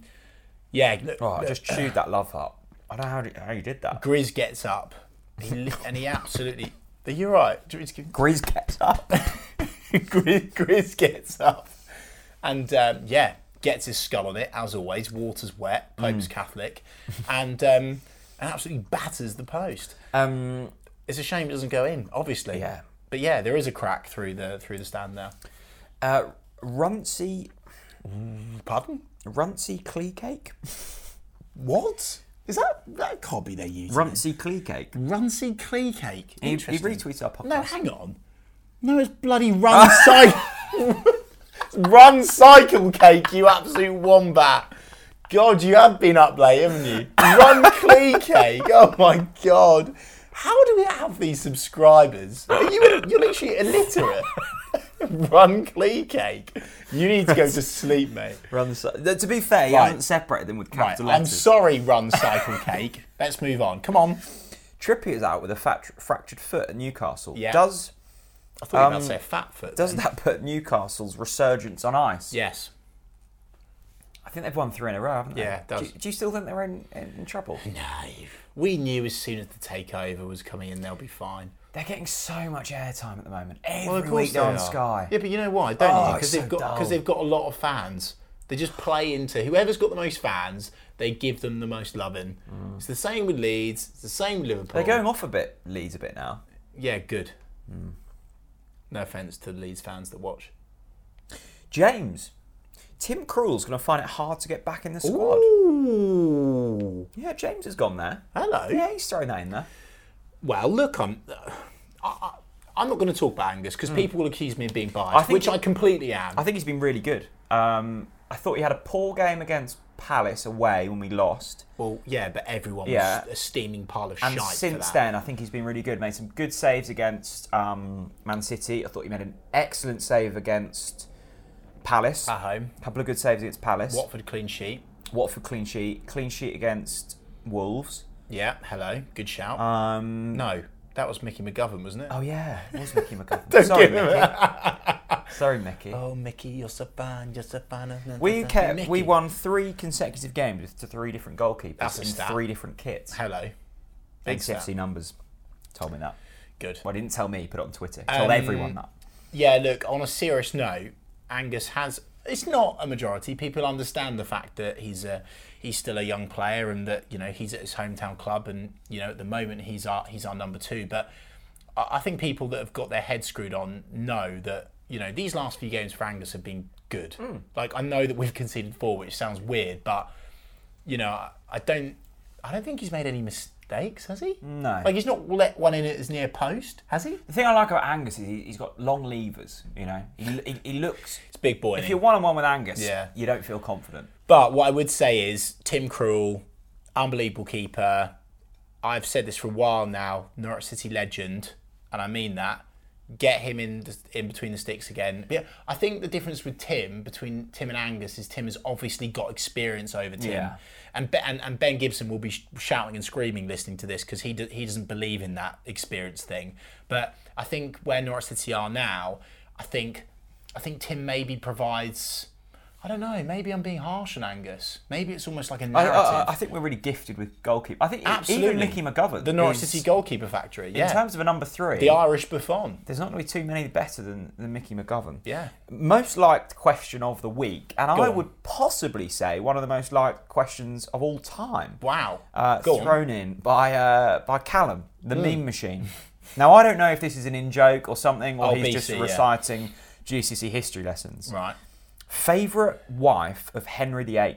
yeah, look,
Oh, I
look,
just chewed that love up. I don't know how, you- how you did that.
Grizz gets up
[LAUGHS]
he, li- and he absolutely. Are you right? Do you want me to give-
Grease gets up.
[LAUGHS] Grizz, Grizz gets up and, um, yeah, gets his skull on it, as always. Water's wet, Pope's
Hmm.
Catholic, and, um, and absolutely batters the post.
[LAUGHS] Um,
It's a shame it doesn't go in, obviously.
Yeah.
But yeah, there is a crack through the through the stand now.
uh, Runcy,
Pardon?
Runcy Clee Cake?
What? Is that that can't be their using?
Runcy Clee Cake.
Runcy Clee Cake.
He, he
Interesting.
retweets our podcast.
no, hang on. No, it's bloody [LAUGHS] run cycle. run cycle cake, you absolute wombat. God, you have been up late, haven't you? Run Clee Cake. Oh my god. How do we have these subscribers? Are you, you're literally illiterate. [LAUGHS] Run Clee Cake. You need to go to sleep, mate.
Run so- Th- to be fair, he
Right.
hasn't separated them with
Right,
capital
I'm
letters.
sorry, Run Cycle Cake. Let's move on. Come on.
Trippier's out with a fact- fractured foot at Newcastle.
Yeah.
Does
I thought you were about to say fat foot.
does
then.
that put Newcastle's resurgence on ice?
Yes.
I think they've won three in a row, haven't they?
Yeah, it does.
Do, you- do you still think they're in, in, in trouble?
No. We knew as soon as the takeover was coming in, they'll be fine.
They're getting so much airtime at the moment. Every
Well, of course
week they're
they
on
are.
Sky.
Yeah, but you know why, don't
Oh,
you?
it's
Because
so
they've got
dull.
because they've got a lot of fans. They just play into whoever's got the most fans. They give them the most loving.
Mm.
It's the same with Leeds. It's the same with Liverpool.
They're going off a bit, Leeds a bit now.
Yeah, good.
Mm.
No offense to Leeds fans that watch.
James, Tim Krul's going to find it hard to get back in the squad.
Ooh.
Yeah, James has gone there.
Hello.
Yeah, he's thrown that in there.
Well, look, I'm. I, I, I'm not going to talk about Angus because people will accuse me of being biased,
Mm. think
which
he-
I completely am.
I think he's been really good. Um, I thought he had a poor game against Palace away when we lost.
Well, yeah, but everyone
Yeah.
was a steaming pile of
And
shite. for
since
that.
then, I think he's been really good. Made some good saves against um, Man City. I thought he made an excellent save against Palace.
at home,
A couple of good saves against Palace.
Watford clean sheet.
Watford clean sheet. Clean sheet against Wolves.
Yeah, hello, good shout.
Um,
no, that was Mickey McGovern, wasn't it?
oh yeah, it was
[LAUGHS]
Mickey McGovern. Sorry,
give him
Mickey. Sorry, Mickey.
Oh, Mickey, you're so fine, you're so fine.
We kept, we
Mickey.
won three consecutive games with to three different goalkeepers
That's a
in
stat.
three different kits.
Hello, big stat.
XFC numbers told me that.
Good.
Well, didn't tell me. Put it on Twitter. Told
Um,
everyone that.
Yeah, look, on a serious note, Angus has. It's not a majority. People understand the fact that he's a he's still a young player and that you know he's at his hometown club and you know at the moment he's our he's our number two. But I I think people that have got their head screwed on know that you know these last few games for Angus have been good.
Hmm.
Like I know that we've conceded four, which sounds weird, but you know I, I don't I don't think he's made any mistakes, has he?
No.
Like he's not let one in at his near post, has he?
The thing I like about Angus is he, he's got long levers. You know, he, he, he looks.
It's big boy.
If you're one on one with Angus,
Yeah.
you don't feel confident.
But what I would say is Tim Krul, unbelievable keeper. I've said this for a while now, Norwich City legend, and I mean that. Get him in the, in between the sticks again. Yeah, I think the difference with Tim between Tim and Angus is Tim has obviously got experience over Tim,
Yeah.
and, Be- and and Ben Gibson will be sh- shouting and screaming listening to this because he do- he doesn't believe in that experience thing. But I think where Norwich City are now, I think I think Tim maybe provides I don't know. Maybe I'm being harsh on Angus. Maybe it's almost like
I,
a narrative.
I, I think we're really gifted with goalkeeper. I think e-,
Absolutely.
even Nicky McGovern,
the Norwich
who's-
City goalkeeper factory. Yeah.
in terms of a number three,
the Irish Buffon.
there's not going to be too many better than, than Mickey McGovern.
Yeah.
Most liked question of the week, and I
on.
would possibly say one of the most liked questions of all time.
Wow.
Uh,
Go on. Hmm.
thrown in by uh, by Callum, the meme machine. Now I don't know if this is an in joke or something, or
Oh,
he's
BC,
just
yeah.
reciting GCC history lessons.
Right. [LAUGHS]
Favorite wife of Henry VIII.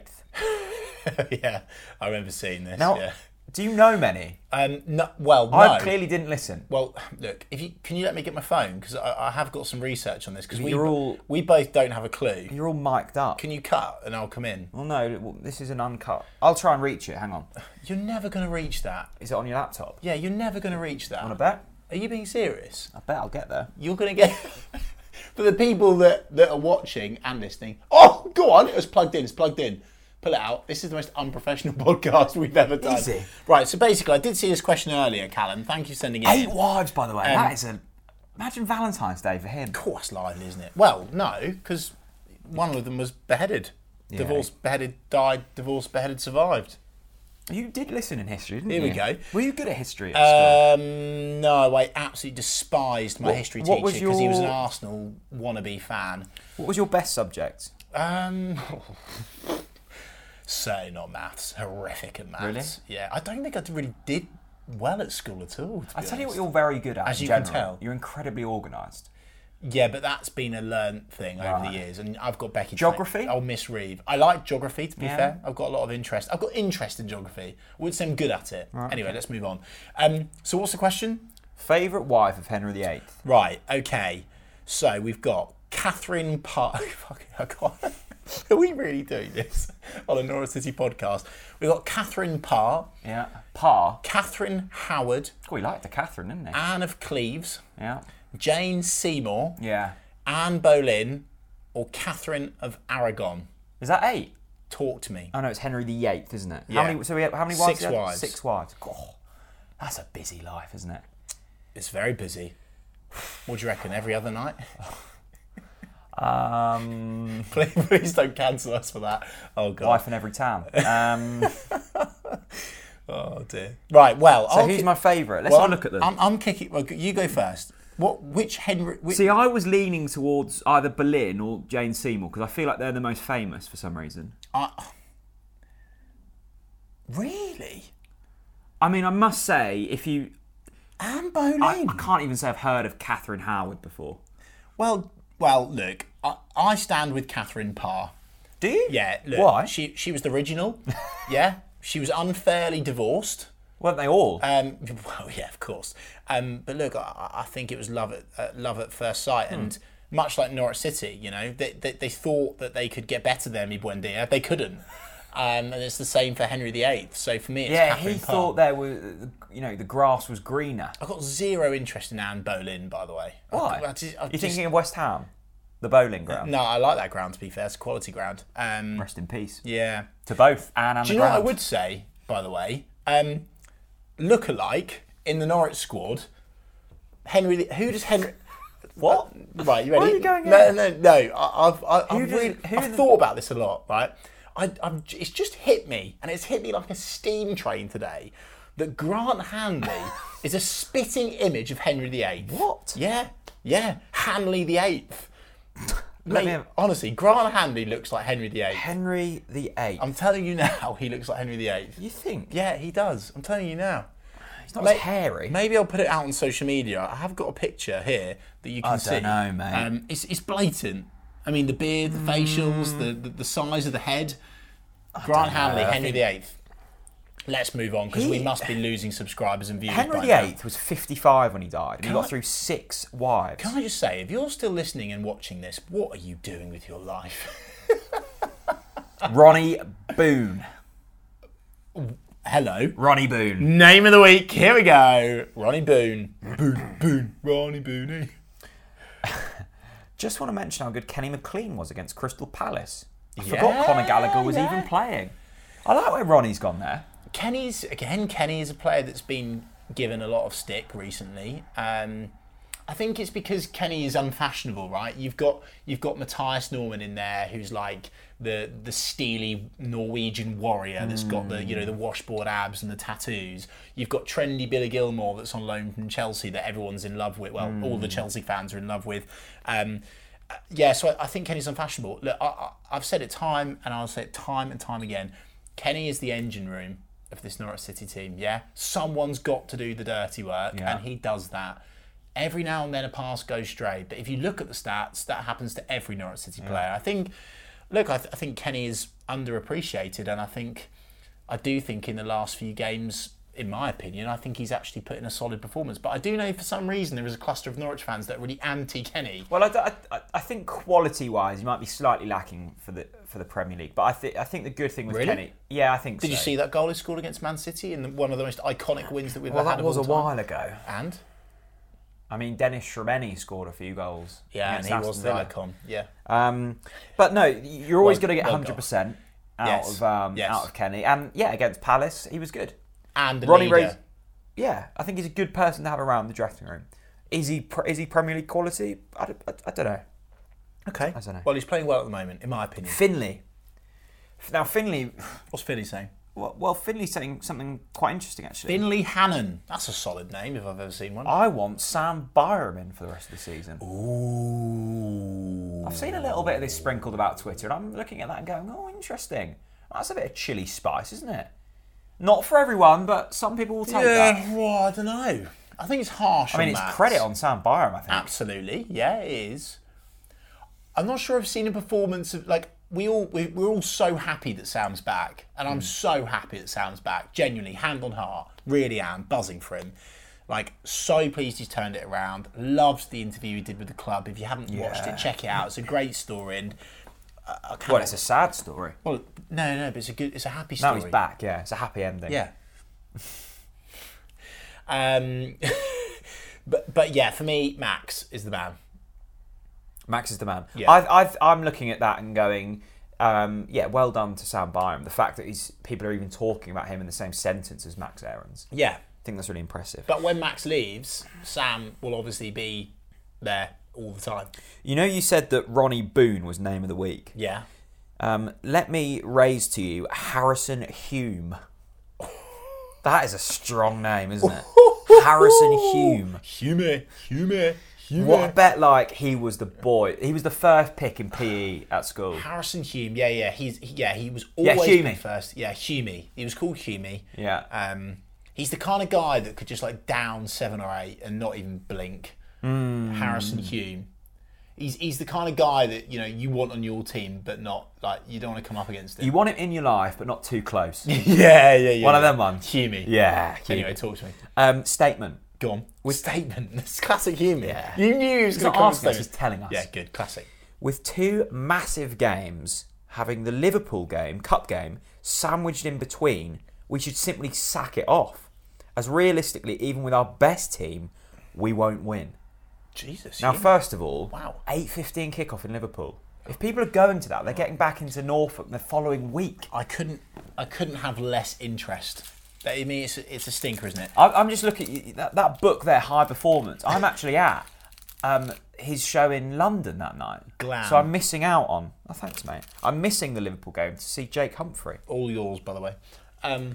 yeah. I remember seeing this.
Now,
[LAUGHS] yeah.
do you know many?
Um, no, well, no.
I clearly didn't listen.
Well, look, if you can, you let me get my phone because I, I have got some research on this because we
You're all-
we both don't have a clue.
You're all mic'd up.
Can you cut and I'll come in?
Well, no, well, this is an uncut. I'll try and reach it. Hang on.
You're never going to reach that.
Is it on your laptop?
Yeah, you're never going to reach that.
On a bet?
Are you being serious?
I bet I'll get there.
You're going to get. [LAUGHS] For the people that, that are watching and listening, oh, go on, it was plugged in, it's plugged in. Pull it out. This is the most unprofessional [LAUGHS] podcast we've ever done.
Easy.
Right, so basically, I did see this question earlier, Callum. Thank you for sending it. in.
Eight wives, by the way.
Um,
that is a. Imagine Valentine's Day for him.
Oh, that's lively, isn't it? Well, no, because one of them was beheaded. Divorced, beheaded, died, divorced, beheaded, survived.
You did listen in history, didn't
Here
you?
we go.
Were you good at history at school?
Um, no, I absolutely despised my
What-
history teacher
what was
because he was an
your-
Arsenal wannabe fan.
What was your best subject? [LAUGHS]
Um, certainly not maths. Horrific at maths.
Really?
Yeah, I don't think I really did well at school at all. to
I
be
tell you what,
honest.
you're very good at.
As
in
you can
general.
tell.
you're incredibly organised.
Yeah, but that's been a learned thing over
Right.
the years, and I've got Becky. to-
Geography?
I'll miss Reeve. I like geography. To be
Yeah.
fair, I've got a lot of interest. I've got interest in geography. I would say I'm good at it. Anyway, let's move on. Um, so what's the question?
Favourite wife of Henry VIII?
Right. Okay. So we've got Catherine Park. [LAUGHS] Fucking, I can't. [LAUGHS] Are we really doing this on a Norwich City podcast? We've got Catherine Parr,
Yeah. Parr.
Catherine Howard,
Oh, he liked the Catherine, didn't he?
Anne of Cleves,
yeah.
Jane Seymour,
Yeah.
Anne Boleyn, or Catherine of Aragon.
Is that eight?
Talk to me.
Oh no, it's Henry VIII, isn't it?
Yeah.
How many? So we have, how many wives?
Six
he had?
wives.
Six wives. God, that's a busy life, isn't it?
It's very busy. What do you reckon? Every other night?
Um,
please, [LAUGHS] please don't cancel us for that. Oh god.
wife in every
[LAUGHS]
town. Um,
Oh dear. Right. Well,
so
I'll
who's
ki-
my favourite? Let's
well,
have a look at them.
I'm, I'm kicking. Well, you go first. What? Which Henry? Which,
See, I was leaning towards either Berlin or Jane Seymour because I feel like they're the most famous for some reason.
I- really?
I mean, I must say, if you,
Anne Boleyn.
I, I can't even say I've heard of Catherine Howard before.
well, well. Look, I, I stand with Catherine Parr.
Do you?
Yeah. Look,
Why?
She she was the original. [LAUGHS] yeah. She was unfairly divorced.
Weren't they all?
Um, [LAUGHS] well, yeah, of course. Um, but look, I, I think it was love at uh, love at first sight, and
Hmm.
much like Norwich City, you know, they, they, they thought that they could get better than me Buendia. They couldn't, um, and it's the same for Henry VIII. So for me, it's
yeah,
Catherine
he
Parr.
thought there was, you know, the grass was greener.
I've got zero interest in Anne Boleyn, by the way. I-
Why?
I just- I
You're
just-
thinking of West Ham, the bowling ground.
No, I like that ground. To be fair, it's a quality ground. Um,
Rest in peace
yeah.
to both Anne and
Do
the
you know what I
ground.
would say, by the way? Um, look alike in the Norwich squad. Henry, who does Henry? What? Right, you ready?
are you going
no,
in?
no, no, I, I've, I, I've,
does-
really,
who
I've
the-
thought about this a lot, right? I, I'm, j- it's just hit me, and it's hit me like a steam train today, that Grant Hanley
[LAUGHS]
is a spitting image of Henry VIII.
What?
Yeah, yeah, Hanley VIII.
me
Mate,
have-
honestly, Grant Hanley looks like Henry VIII.
Henry the Eighth.
I'm telling you [LAUGHS] now, he looks like Henry VIII.
You think?
Yeah, he does. I'm telling you now.
he's not
Mate,
as hairy.
Maybe I'll put it out on social media. I have got a picture here that you can
I
see.
dunno, mate.
Um, it's, it's blatant. I mean, the beard, the facials, the, the, the size of the head. Grant Hanley,
I
Henry VIII. Let's move on because we
He-
must be losing subscribers and viewers.
Henry
by
the
now.
Eighth was 55 when he died, and he got
I-
through six wives.
Can I just say, if you're still listening and watching this, what are you doing with your life? [LAUGHS]
Ronnie Boone.
Hello.
Ronnie Boone.
Name of the week. Here we go. Ronnie Boone. Boone, Boone, Ronnie Booney.
Just want to mention how good Kenny McLean was against Crystal Palace. I
Yeah,
forgot Conor Gallagher was
yeah.
even playing. I like where Ronnie's gone there.
Kenny's again. Kenny is a player that's been given a lot of stick recently. Um, I think it's because Kenny is unfashionable, right? You've got you've got Matthias Norman in there, who's like the the steely Norwegian warrior that's got the you know the washboard abs and the tattoos. You've got trendy Billy Gilmore that's on loan from Chelsea that everyone's in love with. Well, all the Chelsea fans are in love with. Um, uh, yeah, so I, I think Kenny's unfashionable. Look, I, I, I've said it time and I'll say it time and time again. Kenny is the engine room of this Norwich City team. Yeah, someone's got to do the dirty work,
Yeah.
and he does that. Every now and then a pass goes straight, but if you look at the stats, that happens to every Norwich City player. I think, look, I, th- I think Kenny is underappreciated, and I think, I do think in the last few games, in my opinion, I think he's actually put in a solid performance. But I do know for some reason there is a cluster of Norwich fans that are really anti Kenny.
Well, I, d- I- I think quality-wise, he might be slightly lacking for the for the Premier League, but I think I think the good thing with
Really?
Kenny, yeah, I think.
Did you
so.
see that goal he scored against Man City in the, one of the most iconic wins that we've
Well,
ever had?
that
of
was a
all time?
while ago.
And
I mean, Dennis Shremeni scored a few goals.
yeah, and
against
he
Aston
was the
Villa.
icon. Yeah.
Um, but no, you're always
Well-
going to get
well
100 percent out
Yes.
of um,
Yes.
out of Kenny, and yeah, against Palace, he was good.
and a
Ronnie
leader.
Rose, yeah, I think he's a good person to have around the dressing room. Is he pre- is he Premier League quality? I, don't- I, I don't know.
Okay.
don't know.
Well, he's playing well at the moment, in my opinion.
Finley. Now Finley,
What's Finley saying?
well, well Finley's saying something quite interesting actually.
Finley Hannon. That's a solid name if I've ever seen one.
I want Sam Byram in for the rest of the season.
Ooh.
I've seen a little bit of this sprinkled about Twitter, and I'm looking at that and going, "Oh, interesting. That's a bit of chili spice, isn't it?" Not for everyone, but some people will take that.
Yeah. Well, I don't know. I think it's harsh.
I mean, it's credit on Sam Byram, I think.
Absolutely. Yeah, it is. I'm not sure I've seen a performance of like we all we, we're all so happy that Sam's back, and
Mm.
I'm so happy that Sam's back. Genuinely, hand on heart, really am buzzing for him. Like so pleased he's turned it around. Loves the interview he did with the club. If you haven't watched
Yeah.
it, check it out. It's a great story. And uh, I can't,
Well, it's a sad story.
well, no, no, but it's a good, it's a happy
Now
story.
he's back. Yeah, it's a happy ending.
Yeah. [LAUGHS] um, [LAUGHS] but but yeah, for me, Max is the man.
Max is the man.
Yeah.
I've, I've, I'm looking at that and going, um, yeah, well done to Sam Byram. The fact that he's people are even talking about him in the same sentence as Max Aarons, I
Yeah.
think that's really impressive.
But when Max leaves, Sam will obviously be there all the time.
you know, you said that Ronnie Boone was name of the week.
Yeah.
Um, let me raise to you Harrison Hume. That is a strong name, isn't it? Harrison Hume.
Hume, Hume, Hume.
What I bet like he was the boy. He was the first pick in PE at school.
Harrison Hume, yeah, yeah, he's he- yeah, he was
Yeah,
always
Hume.
picked first. Yeah, Hume. He was called Hume.
Yeah.
Um, he's the kind of guy that could just like down seven or eight and not even blink.
Hmm.
Harrison Hume. He's he's the kind of guy that you know you want on your team, but not like you don't want to come up against him.
You [LAUGHS] want him in your life, but not too close.
yeah, yeah, yeah.
One of them ones.
Hume.
Yeah. Hume.
Anyway, talk to me.
Um, statement.
Go on. With statement. [LAUGHS] It's classic Hume.
Yeah.
You knew he was going
not
to come.
asking us,
statement.
he's telling us.
Yeah, good. Classic.
With two massive games, having the Liverpool game, cup game, sandwiched in between, we should simply sack it off. As realistically, even with our best team, we won't win.
Jesus.
Now,
Hume.
first of all,
Wow.
8.15 kickoff in Liverpool. If people are going to that, they're getting back into Norfolk the following week.
I couldn't I couldn't have less interest. I mean, it's it's a stinker, isn't it?
I- I'm just looking at that, that book there, High Performance. I'm actually at um, his show in London that night.
Glam.
So I'm missing out on. Oh, thanks, mate. I'm missing the Liverpool game to see Jake Humphrey.
All yours, by the way. Um,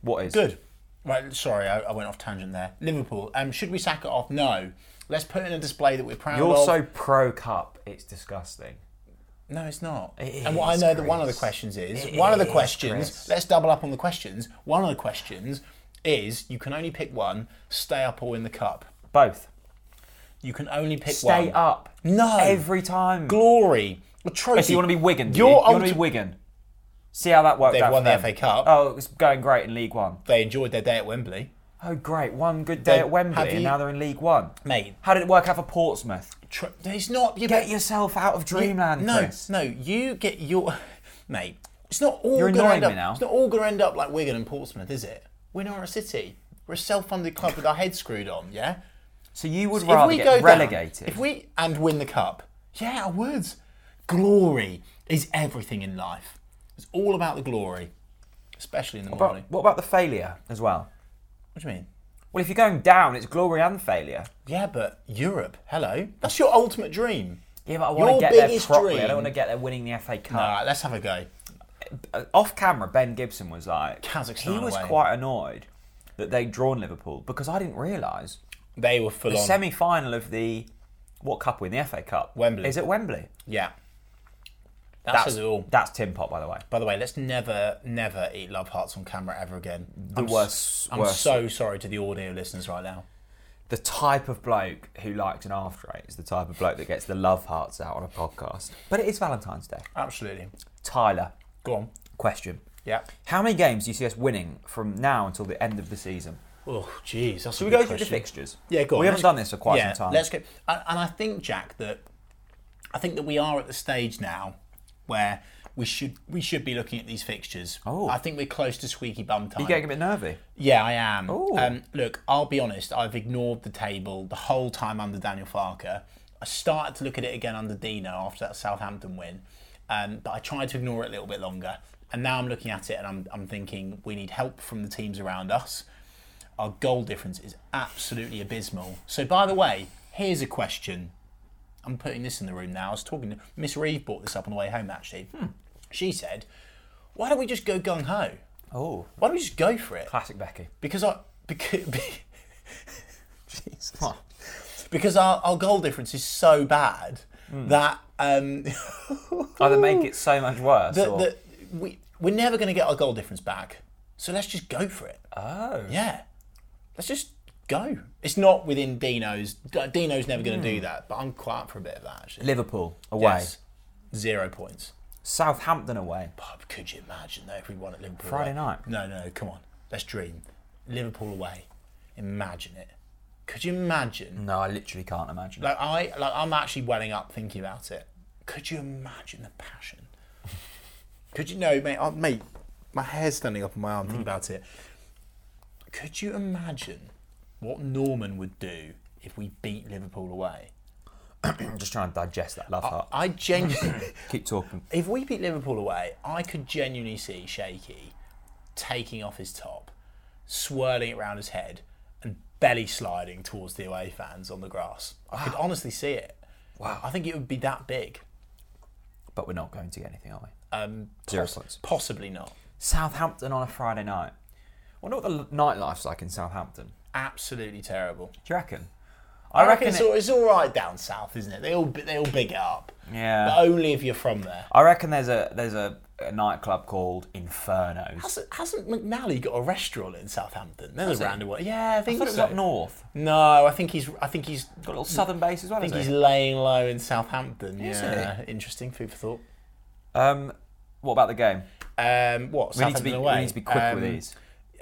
What is
good. Right. Sorry, I, I went off tangent there. Liverpool. Um, should we sack it off? No. Let's put in a display that we're proud
You're
of.
so pro cup. It's disgusting.
No, it's not.
It
and what I
is,
know that one of the
Chris.
questions is
It
one of the
is,
questions.
Chris.
Let's double up on the questions. One of the questions is you can only pick one. Stay up or win the cup.
Both.
You can only pick one.
Stay up.
No.
Every time.
Glory. A trophy.
so you want to be Wigan? do
Your
you? you want to
ulti-
be Wigan. See how that worked
They've
out. for
won the
them.
FA Cup.
Oh, it was going great in League One.
They enjoyed their day at Wembley.
Oh, great. One good day
They-
at Wembley,
have
and
you-
now they're in League One.
Mate.
How did it work out for Portsmouth?
Tr- it's not. You
Get yourself out of dreamland,
no,
Chris.
no. You get your [LAUGHS] mate. It's not all.
You're
gonna
annoying
end up,
me now.
It's not all going to end up like Wigan and Portsmouth, is it? We're not a city. We're a self-funded club with our heads screwed on. Yeah.
So you would
if
rather
we
get
go
relegated.
Down, if we and win the cup, yeah, I would. Glory is everything in life. It's all about the glory, especially in the morning.
But what about the failure as well?
What do you mean?
Well, if you're going down, it's glory and failure.
Yeah, but Europe, hello. That's your ultimate dream.
Yeah, but I want to
Your
get there
biggest
properly. I
dream-
don't want to get there winning the FA Cup.
All right, let's have a go.
Uh, Off camera, Ben Gibson was like,
Kazakhstan
he was
away.
quite annoyed that they'd drawn Liverpool because I didn't realise
They were full
the
on.
semi final of the what cup win the FA Cup
Wembley.
is at Wembley.
yeah. That
That's
says it all.
that's Tim Pot, by the way.
By the way, let's never, never eat love hearts on camera ever again. The
worst-
I'm
worst.
so sorry to the audio listeners right now.
The type of bloke who likes an after eight is the type of bloke that gets the love hearts out on a podcast. But it is Valentine's Day.
Absolutely.
Tyler,
Go on.
question.
Yeah.
How many games do you see us winning from now until the end of the season?
Oh, jeez. That's
Should
a
we
good
go through the
question.
fixtures?
Yeah, go on.
We haven't
let's-
done this for quite
yeah,
some time.
Let's go. And, and I think Jack that I think that we are at the stage now where we should we should be looking at these fixtures.
Oh.
I think we're close to squeaky bum time.
You're getting a bit nervy.
Yeah, I am.
Ooh.
Um, look, I'll be honest. I've ignored the table the whole time under Daniel Farker. I started to look at it again under Dino after that Southampton win, um, but I tried to ignore it a little bit longer. And now I'm looking at it and I'm, I'm thinking we need help from the teams around us. Our goal difference is absolutely abysmal. So, by the way, here's a question. I'm putting this in the room now. I was talking to Miss Reeve, brought this up on the way home actually. Hmm. She said, Why don't we just go gung ho?
Oh,
Why don't we just go for it?
classic
[LAUGHS]
Becky.
because I [LAUGHS] because Jesus. because our, our goal difference is so bad
Hmm.
that um [LAUGHS]
Either make it so much worse.
that,
or...
that we we're never going to get our goal difference back. So let's just go for it.
Oh.
Yeah, let's just go. It's not within Dino's. Dino's never going to
Hmm.
do that. But I'm quite up for a bit of that actually.
Liverpool away.
Yes. Zero points.
Southampton away.
But could you imagine though if we won at Liverpool?
Friday
away?
night.
No, no, come on. Let's dream. Liverpool away. Imagine it. Could you imagine?
No, I literally can't imagine.
Like I like I'm actually welling up thinking about it. Could you imagine the passion? Could you know, mate, oh, mate, my hair's standing up on my arm thinking about it. Could you imagine what Norman would do if we beat Liverpool away?
I'm just trying to digest that love heart.
I genuinely
Keep talking.
if we beat Liverpool away, I could genuinely see Shaky taking off his top, swirling it round his head, and belly sliding towards the away fans on the grass. I could honestly see it. Wow. I think it would be that big.
But we're not going to get anything, are we? Um, Zero points.
Possibly not.
Southampton on a Friday night. wonder what the l- nightlife's like in Southampton.
Absolutely terrible.
Do you reckon? I, reckon.
it's,
it-
all, it's all right down south, isn't it? They all they all big it up.
Yeah.
But only if you're from there.
I reckon there's a there's a, a nightclub called Infernos.
Hasn't, hasn't McNally got a restaurant in Southampton? There's a random one. Yeah, I
I
think
thought it was
so.
up north.
No, I think he's I think he's
Got a little southern base as well.
Hmm. I think
has
he's
it?
laying low in Southampton.
Is
yeah, interesting food for thought.
Um, what about the game?
Um, what?
We need to be
away?
we need to be quick
um,
with these.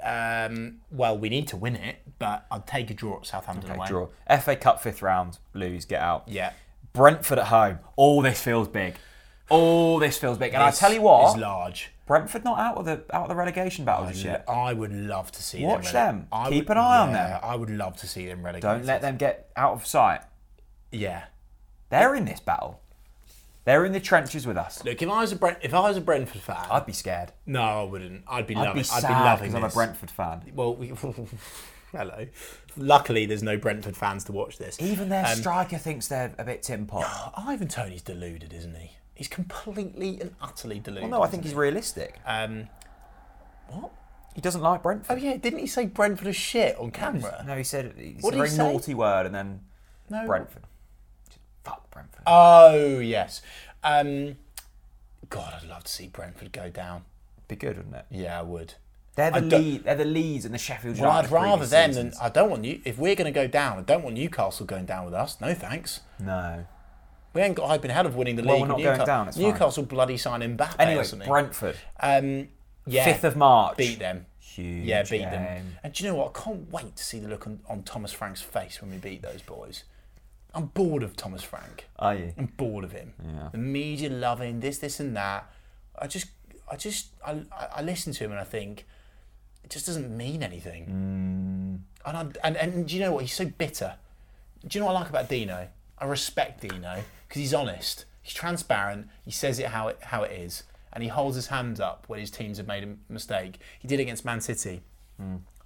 Um, well, we need to win it, but I'd take a draw at Southampton
Okay,
away.
draw. FA Cup fifth round, lose, get out.
Yeah.
Brentford at home. All this feels big. All this feels big. And I
This
tell you what,
is large.
Brentford not out of the out of the relegation battle just yet.
I would love to see
Watch
them.
them.
rele- I
Keep
would-
an eye on
yeah,
them.
I would love to see them relegated.
Don't let them get out of sight.
Yeah.
They're in this battle. They're in the trenches with us.
Look, if I was a Brent, if I was a Brentford fan,
I'd be scared.
no, I wouldn't. I'd be
I'd
loving.
be
I'd
sad
be loving
because I'm a
this.
Brentford fan.
Well, we, [LAUGHS] hello. Luckily, there's no Brentford fans to watch this. Um,
Even their striker thinks they're a bit tin
[GASPS]
pot.
Ivan Tony's deluded, isn't he? He's completely and utterly deluded.
No, I think he's realistic.
What?
He doesn't like
Um, Oh
Brentford.
yeah, didn't he say Brentford is shit on camera?
No, he said it's
What
a
did
very
he say?
naughty word, and then
No.
Brentford. Fuck Brentford.
Oh yes. Um, God, I'd love to see Brentford go down.
be good, wouldn't it?
Yeah, I would.
They're
I
the
don't-
lead. They're the Leeds and the Sheffield.
Well,
United
I'd
of
rather
previous
them than
seasons.
I don't want you. If we're going to go down, I don't want Newcastle going down with us. No thanks.
no.
We ain't got hype and hell of winning the
Well,
league.
we're not
with
going
Newcastle.
down, it's fine.
Newcastle bloody sign Mbappe or
Anyway,
something.
Brentford,
um, yeah,
fifth of March.
beat them.
Huge
Yeah, beat them.
game.
And do you know what? I can't wait to see the look on, on Thomas Frank's face when we beat those boys. I'm bored of Thomas Frank.
Are you?
I'm bored of him. The media loving this, this, and that. I just, I just, I, I I listen to him and I think it just doesn't mean anything. And, I, and and do you know what? He's so bitter. Do you know what I like about Dino? I respect Dino because he's honest. He's transparent. He says it how it how it is, and he holds his hand up when his teams have made a mistake. He did it against Man City.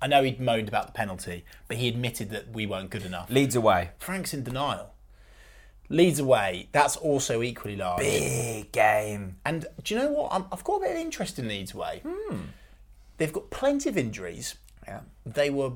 I know he'd moaned about the penalty, but he admitted that we weren't good enough.
Leads away.
Frank's in denial. Leads away. That's also equally large.
Big game.
And do you know what? I'm, I've got a bit of interest in Leeds away. They've got plenty of injuries.
Hmm. Yeah.
They were.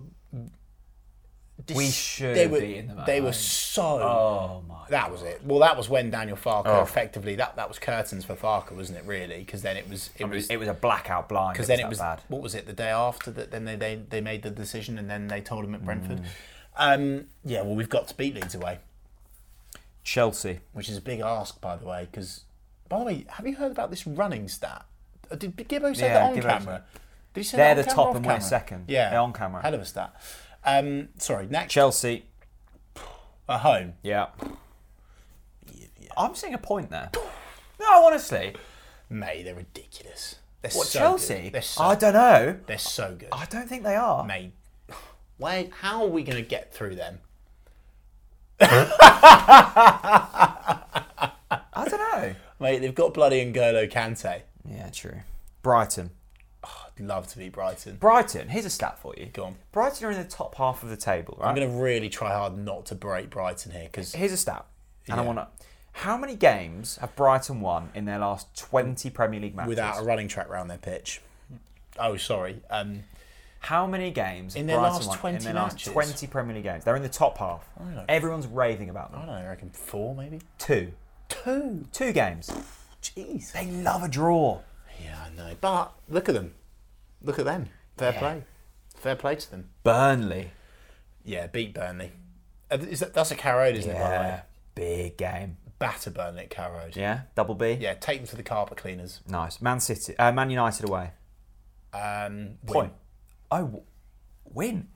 dis-
We should
they were,
be in the
They were
match.
so.
Oh my. Oh.
That was it. Well, that was when Daniel Farker effectively that, that was curtains for Farker, wasn't it? Really, because then it was it was
It was a blackout blind. Because
because then it was
that bad.
what was it the day after that? Then they, they they made the decision and then they told him at
Mm.
Brentford. Um, yeah, well, we've got to beat Leeds away,
Chelsea.
which is a big ask, by the way. Because by the way, have you heard about this running stat? Uh, Did Gibbo say
Yeah,
that on
Gibbo-
camera? Did he say
They're
that on
the
camera
top
or off
and we're
camera?
second.
Yeah,
They're on camera.
Hell of a stat. Um, sorry, next
Chelsea.
at home.
Yeah. I'm seeing a point
[LAUGHS]
there. No, honestly.
Mate, they're ridiculous. They're
What,
so
Chelsea?
Good. They're so
I don't know.
They're so good.
I don't think they are.
Mate, why? How are we going to get through them?
I don't
[LAUGHS]
know.
Mate, they've got bloody N'Golo Kante.
Yeah, true. Brighton.
I'd love to beat Brighton.
Brighton. Here's a stat for you.
Go on.
Brighton are in the top half of the table, right?
I'm going to really try hard not to break Brighton here because
Here's a stat, and I
Yeah.
want to. How many games have Brighton won in their last 20 Premier League matches?
without a running track round their pitch. Oh, sorry. Um,
How many games
In
have
their
Brighton
last
won
20
in their last
matches?
20 Premier League games? They're in the top half.
know.
Everyone's raving about them.
I don't know. I reckon four, maybe
Two.
two.
Two games.
Jeez.
They love a draw.
Yeah, I know. But look at them. Look at them. Fair play. Fair play to them.
Burnley.
Yeah, beat Burnley. Uh, Is that, that's a Carrow Road, isn't it? By the way?
Yeah. Big game.
Batter Burnley at Carrow Road.
Yeah. Double B.
Yeah, take them to the carpet cleaners.
Nice. Man City. Uh, Man United away.
Um, win.
Point. I w- win.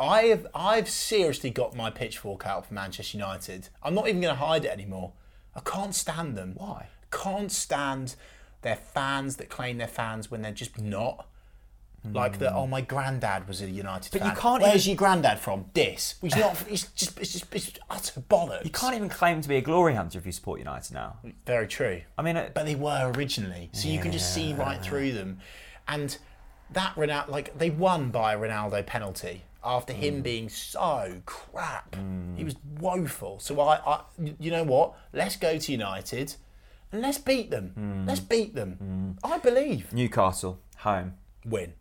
I have I've seriously got my pitchfork out for Manchester United. I'm not even going to hide it anymore. I can't stand them.
Why?
Can't stand their fans that claim they're fans when they're just not. Like that. Oh, my granddad was a United
Hmm. But you
fan.
can't
Where's
even-
your granddad from? This. He's not. It's just. It's just. It's just utter bollocks.
You can't even claim to be a glory hunter if you support United now.
Very true.
I mean, uh,
but they were originally, so you can just see right through them. And that Ronaldo, like they won by a Ronaldo penalty after him being so crap. He was woeful. So I, I, you know what? Let's go to United and let's beat them. Let's beat them. I believe.
Newcastle home.
Win.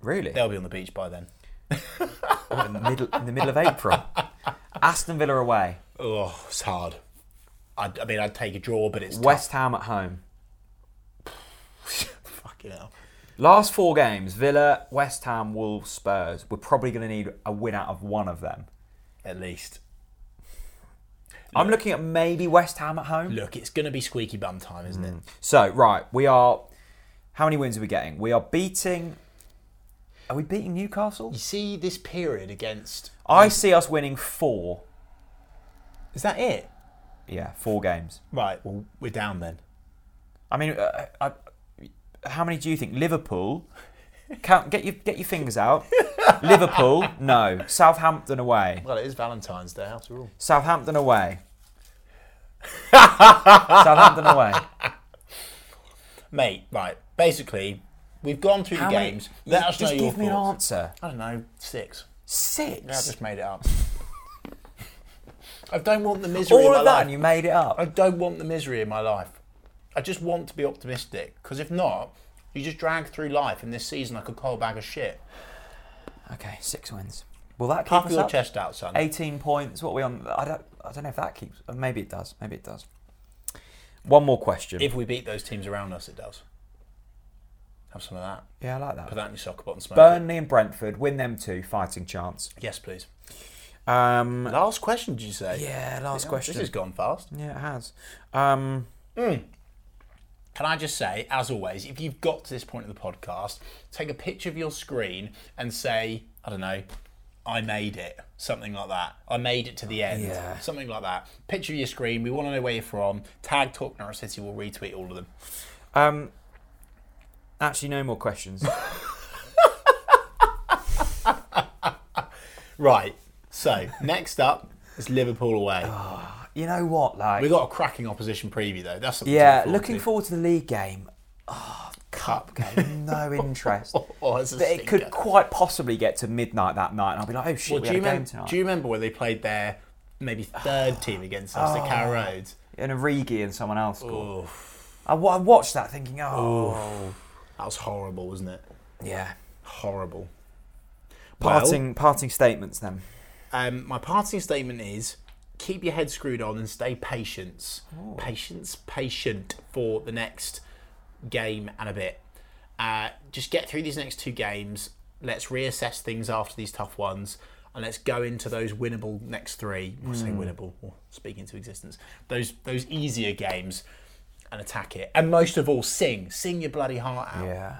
Really?
They'll be on the beach by then.
in the middle in the middle of
[LAUGHS]
April. Aston Villa away,
Oh, it's hard. I, I mean, I'd take a draw, but it's
West Ham at home.
tough. Fucking hell.
Last four games: Villa, West Ham, Wolves, Spurs. We're probably going to need a win out of one of them.
At least.
I'm looking at maybe West Ham at home.
Look, it's going to be squeaky bum time, isn't it?
So right, we are. How many wins are we getting? We are beating. Are we beating Newcastle?
You see this period against.
I see us winning four.
Is that it?
Yeah, four games.
Right. Well, we're down then.
I mean, uh, I, how many do you think? Liverpool. Count. Get your get your fingers out. Liverpool. No. Southampton away.
Well, it is Valentine's Day after all.
Southampton
[LAUGHS]
away. Southampton away.
Mate, right. Basically, we've gone through
How
the
many-
games.
you-
Let us
just
know your
give me
thoughts.
an answer.
I don't know. Six.
Six.
I just made it up. [LAUGHS] I don't want the misery
All
in my
of that,
life.
and you made it
I
up.
don't want the misery in my life. I just want to be optimistic because if not, you just drag through life, and this season like a cold bag of shit.
Okay, six wins. Will that keep
Puff
us
your
up?
chest out, son.
Eighteen points. What are we on? I don't. I don't know if that keeps. uh, Maybe it does. Maybe it does. One more question.
If we beat those teams around us, it does. Have some of that.
yeah, I like
Put
that.
that in your sock pot and smoke it.
Burnley and Brentford win them two. Fighting chance.
Yes, please.
Um.
Last question, did you say?
Yeah. Last
Yeah,
question.
This has gone fast.
yeah, it has. Um.
Can I just say, as always, if you've got to this point of the podcast, take a picture of your screen and say, I don't know, I made it. Something like that. I made it to the end.
Yeah.
Something like that. Picture of your screen. We want to know where you're from. Tag Talk Norwich City. We'll retweet all of them.
Um. Actually, no more questions.
Right. So, [LAUGHS] next up is Liverpool away.
[LAUGHS] Oh. you know what? Like.
We've got a cracking opposition preview, though. That's something to
Yeah,
look forward
looking
to.
forward to the league game. Oh,
cup.
game.
[LAUGHS]
No interest.
[LAUGHS] Oh, that's a
But it could
stinker.
quite possibly get to midnight that night, and I'll be like, oh shit,
Well,
we
do,
had
you
a game
remember,
tonight.
do you remember when they played their
[SIGHS]
maybe third team against us,
Oh.
the Carrow Roads?
and Origi and someone else scored. I, wa- I watched that thinking, oh,
That was horrible, wasn't it?
yeah.
Horrible.
Parting, parting statements then.
Um, my parting statement is keep your head screwed on and stay patient. Patience, patient for the next game and a bit. Uh, just get through these next two games. Let's reassess things after these tough ones. And let's go into those winnable next three. I say winnable, or speak into existence. Those those easier games, and attack it. And most of all, sing, sing your bloody heart out.
Yeah,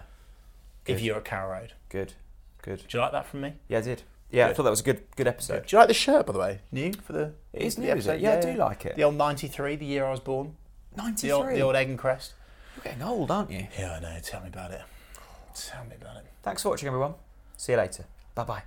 If you're at Carrow Road,
good, good.
do you like that from me?
Yeah, I did. Yeah, I thought that was a good, good episode.
Do you like the shirt, by the way? New for the.
It is
the
new, is it?
episode?
Yeah, I do like it.
The old '93, the year I was born. The old,
Ninety-three.
the old egg and crest.
You're getting old, aren't you?
Yeah, I know. Tell me about it. Tell me about it.
Thanks for watching, everyone. See you later. Bye bye.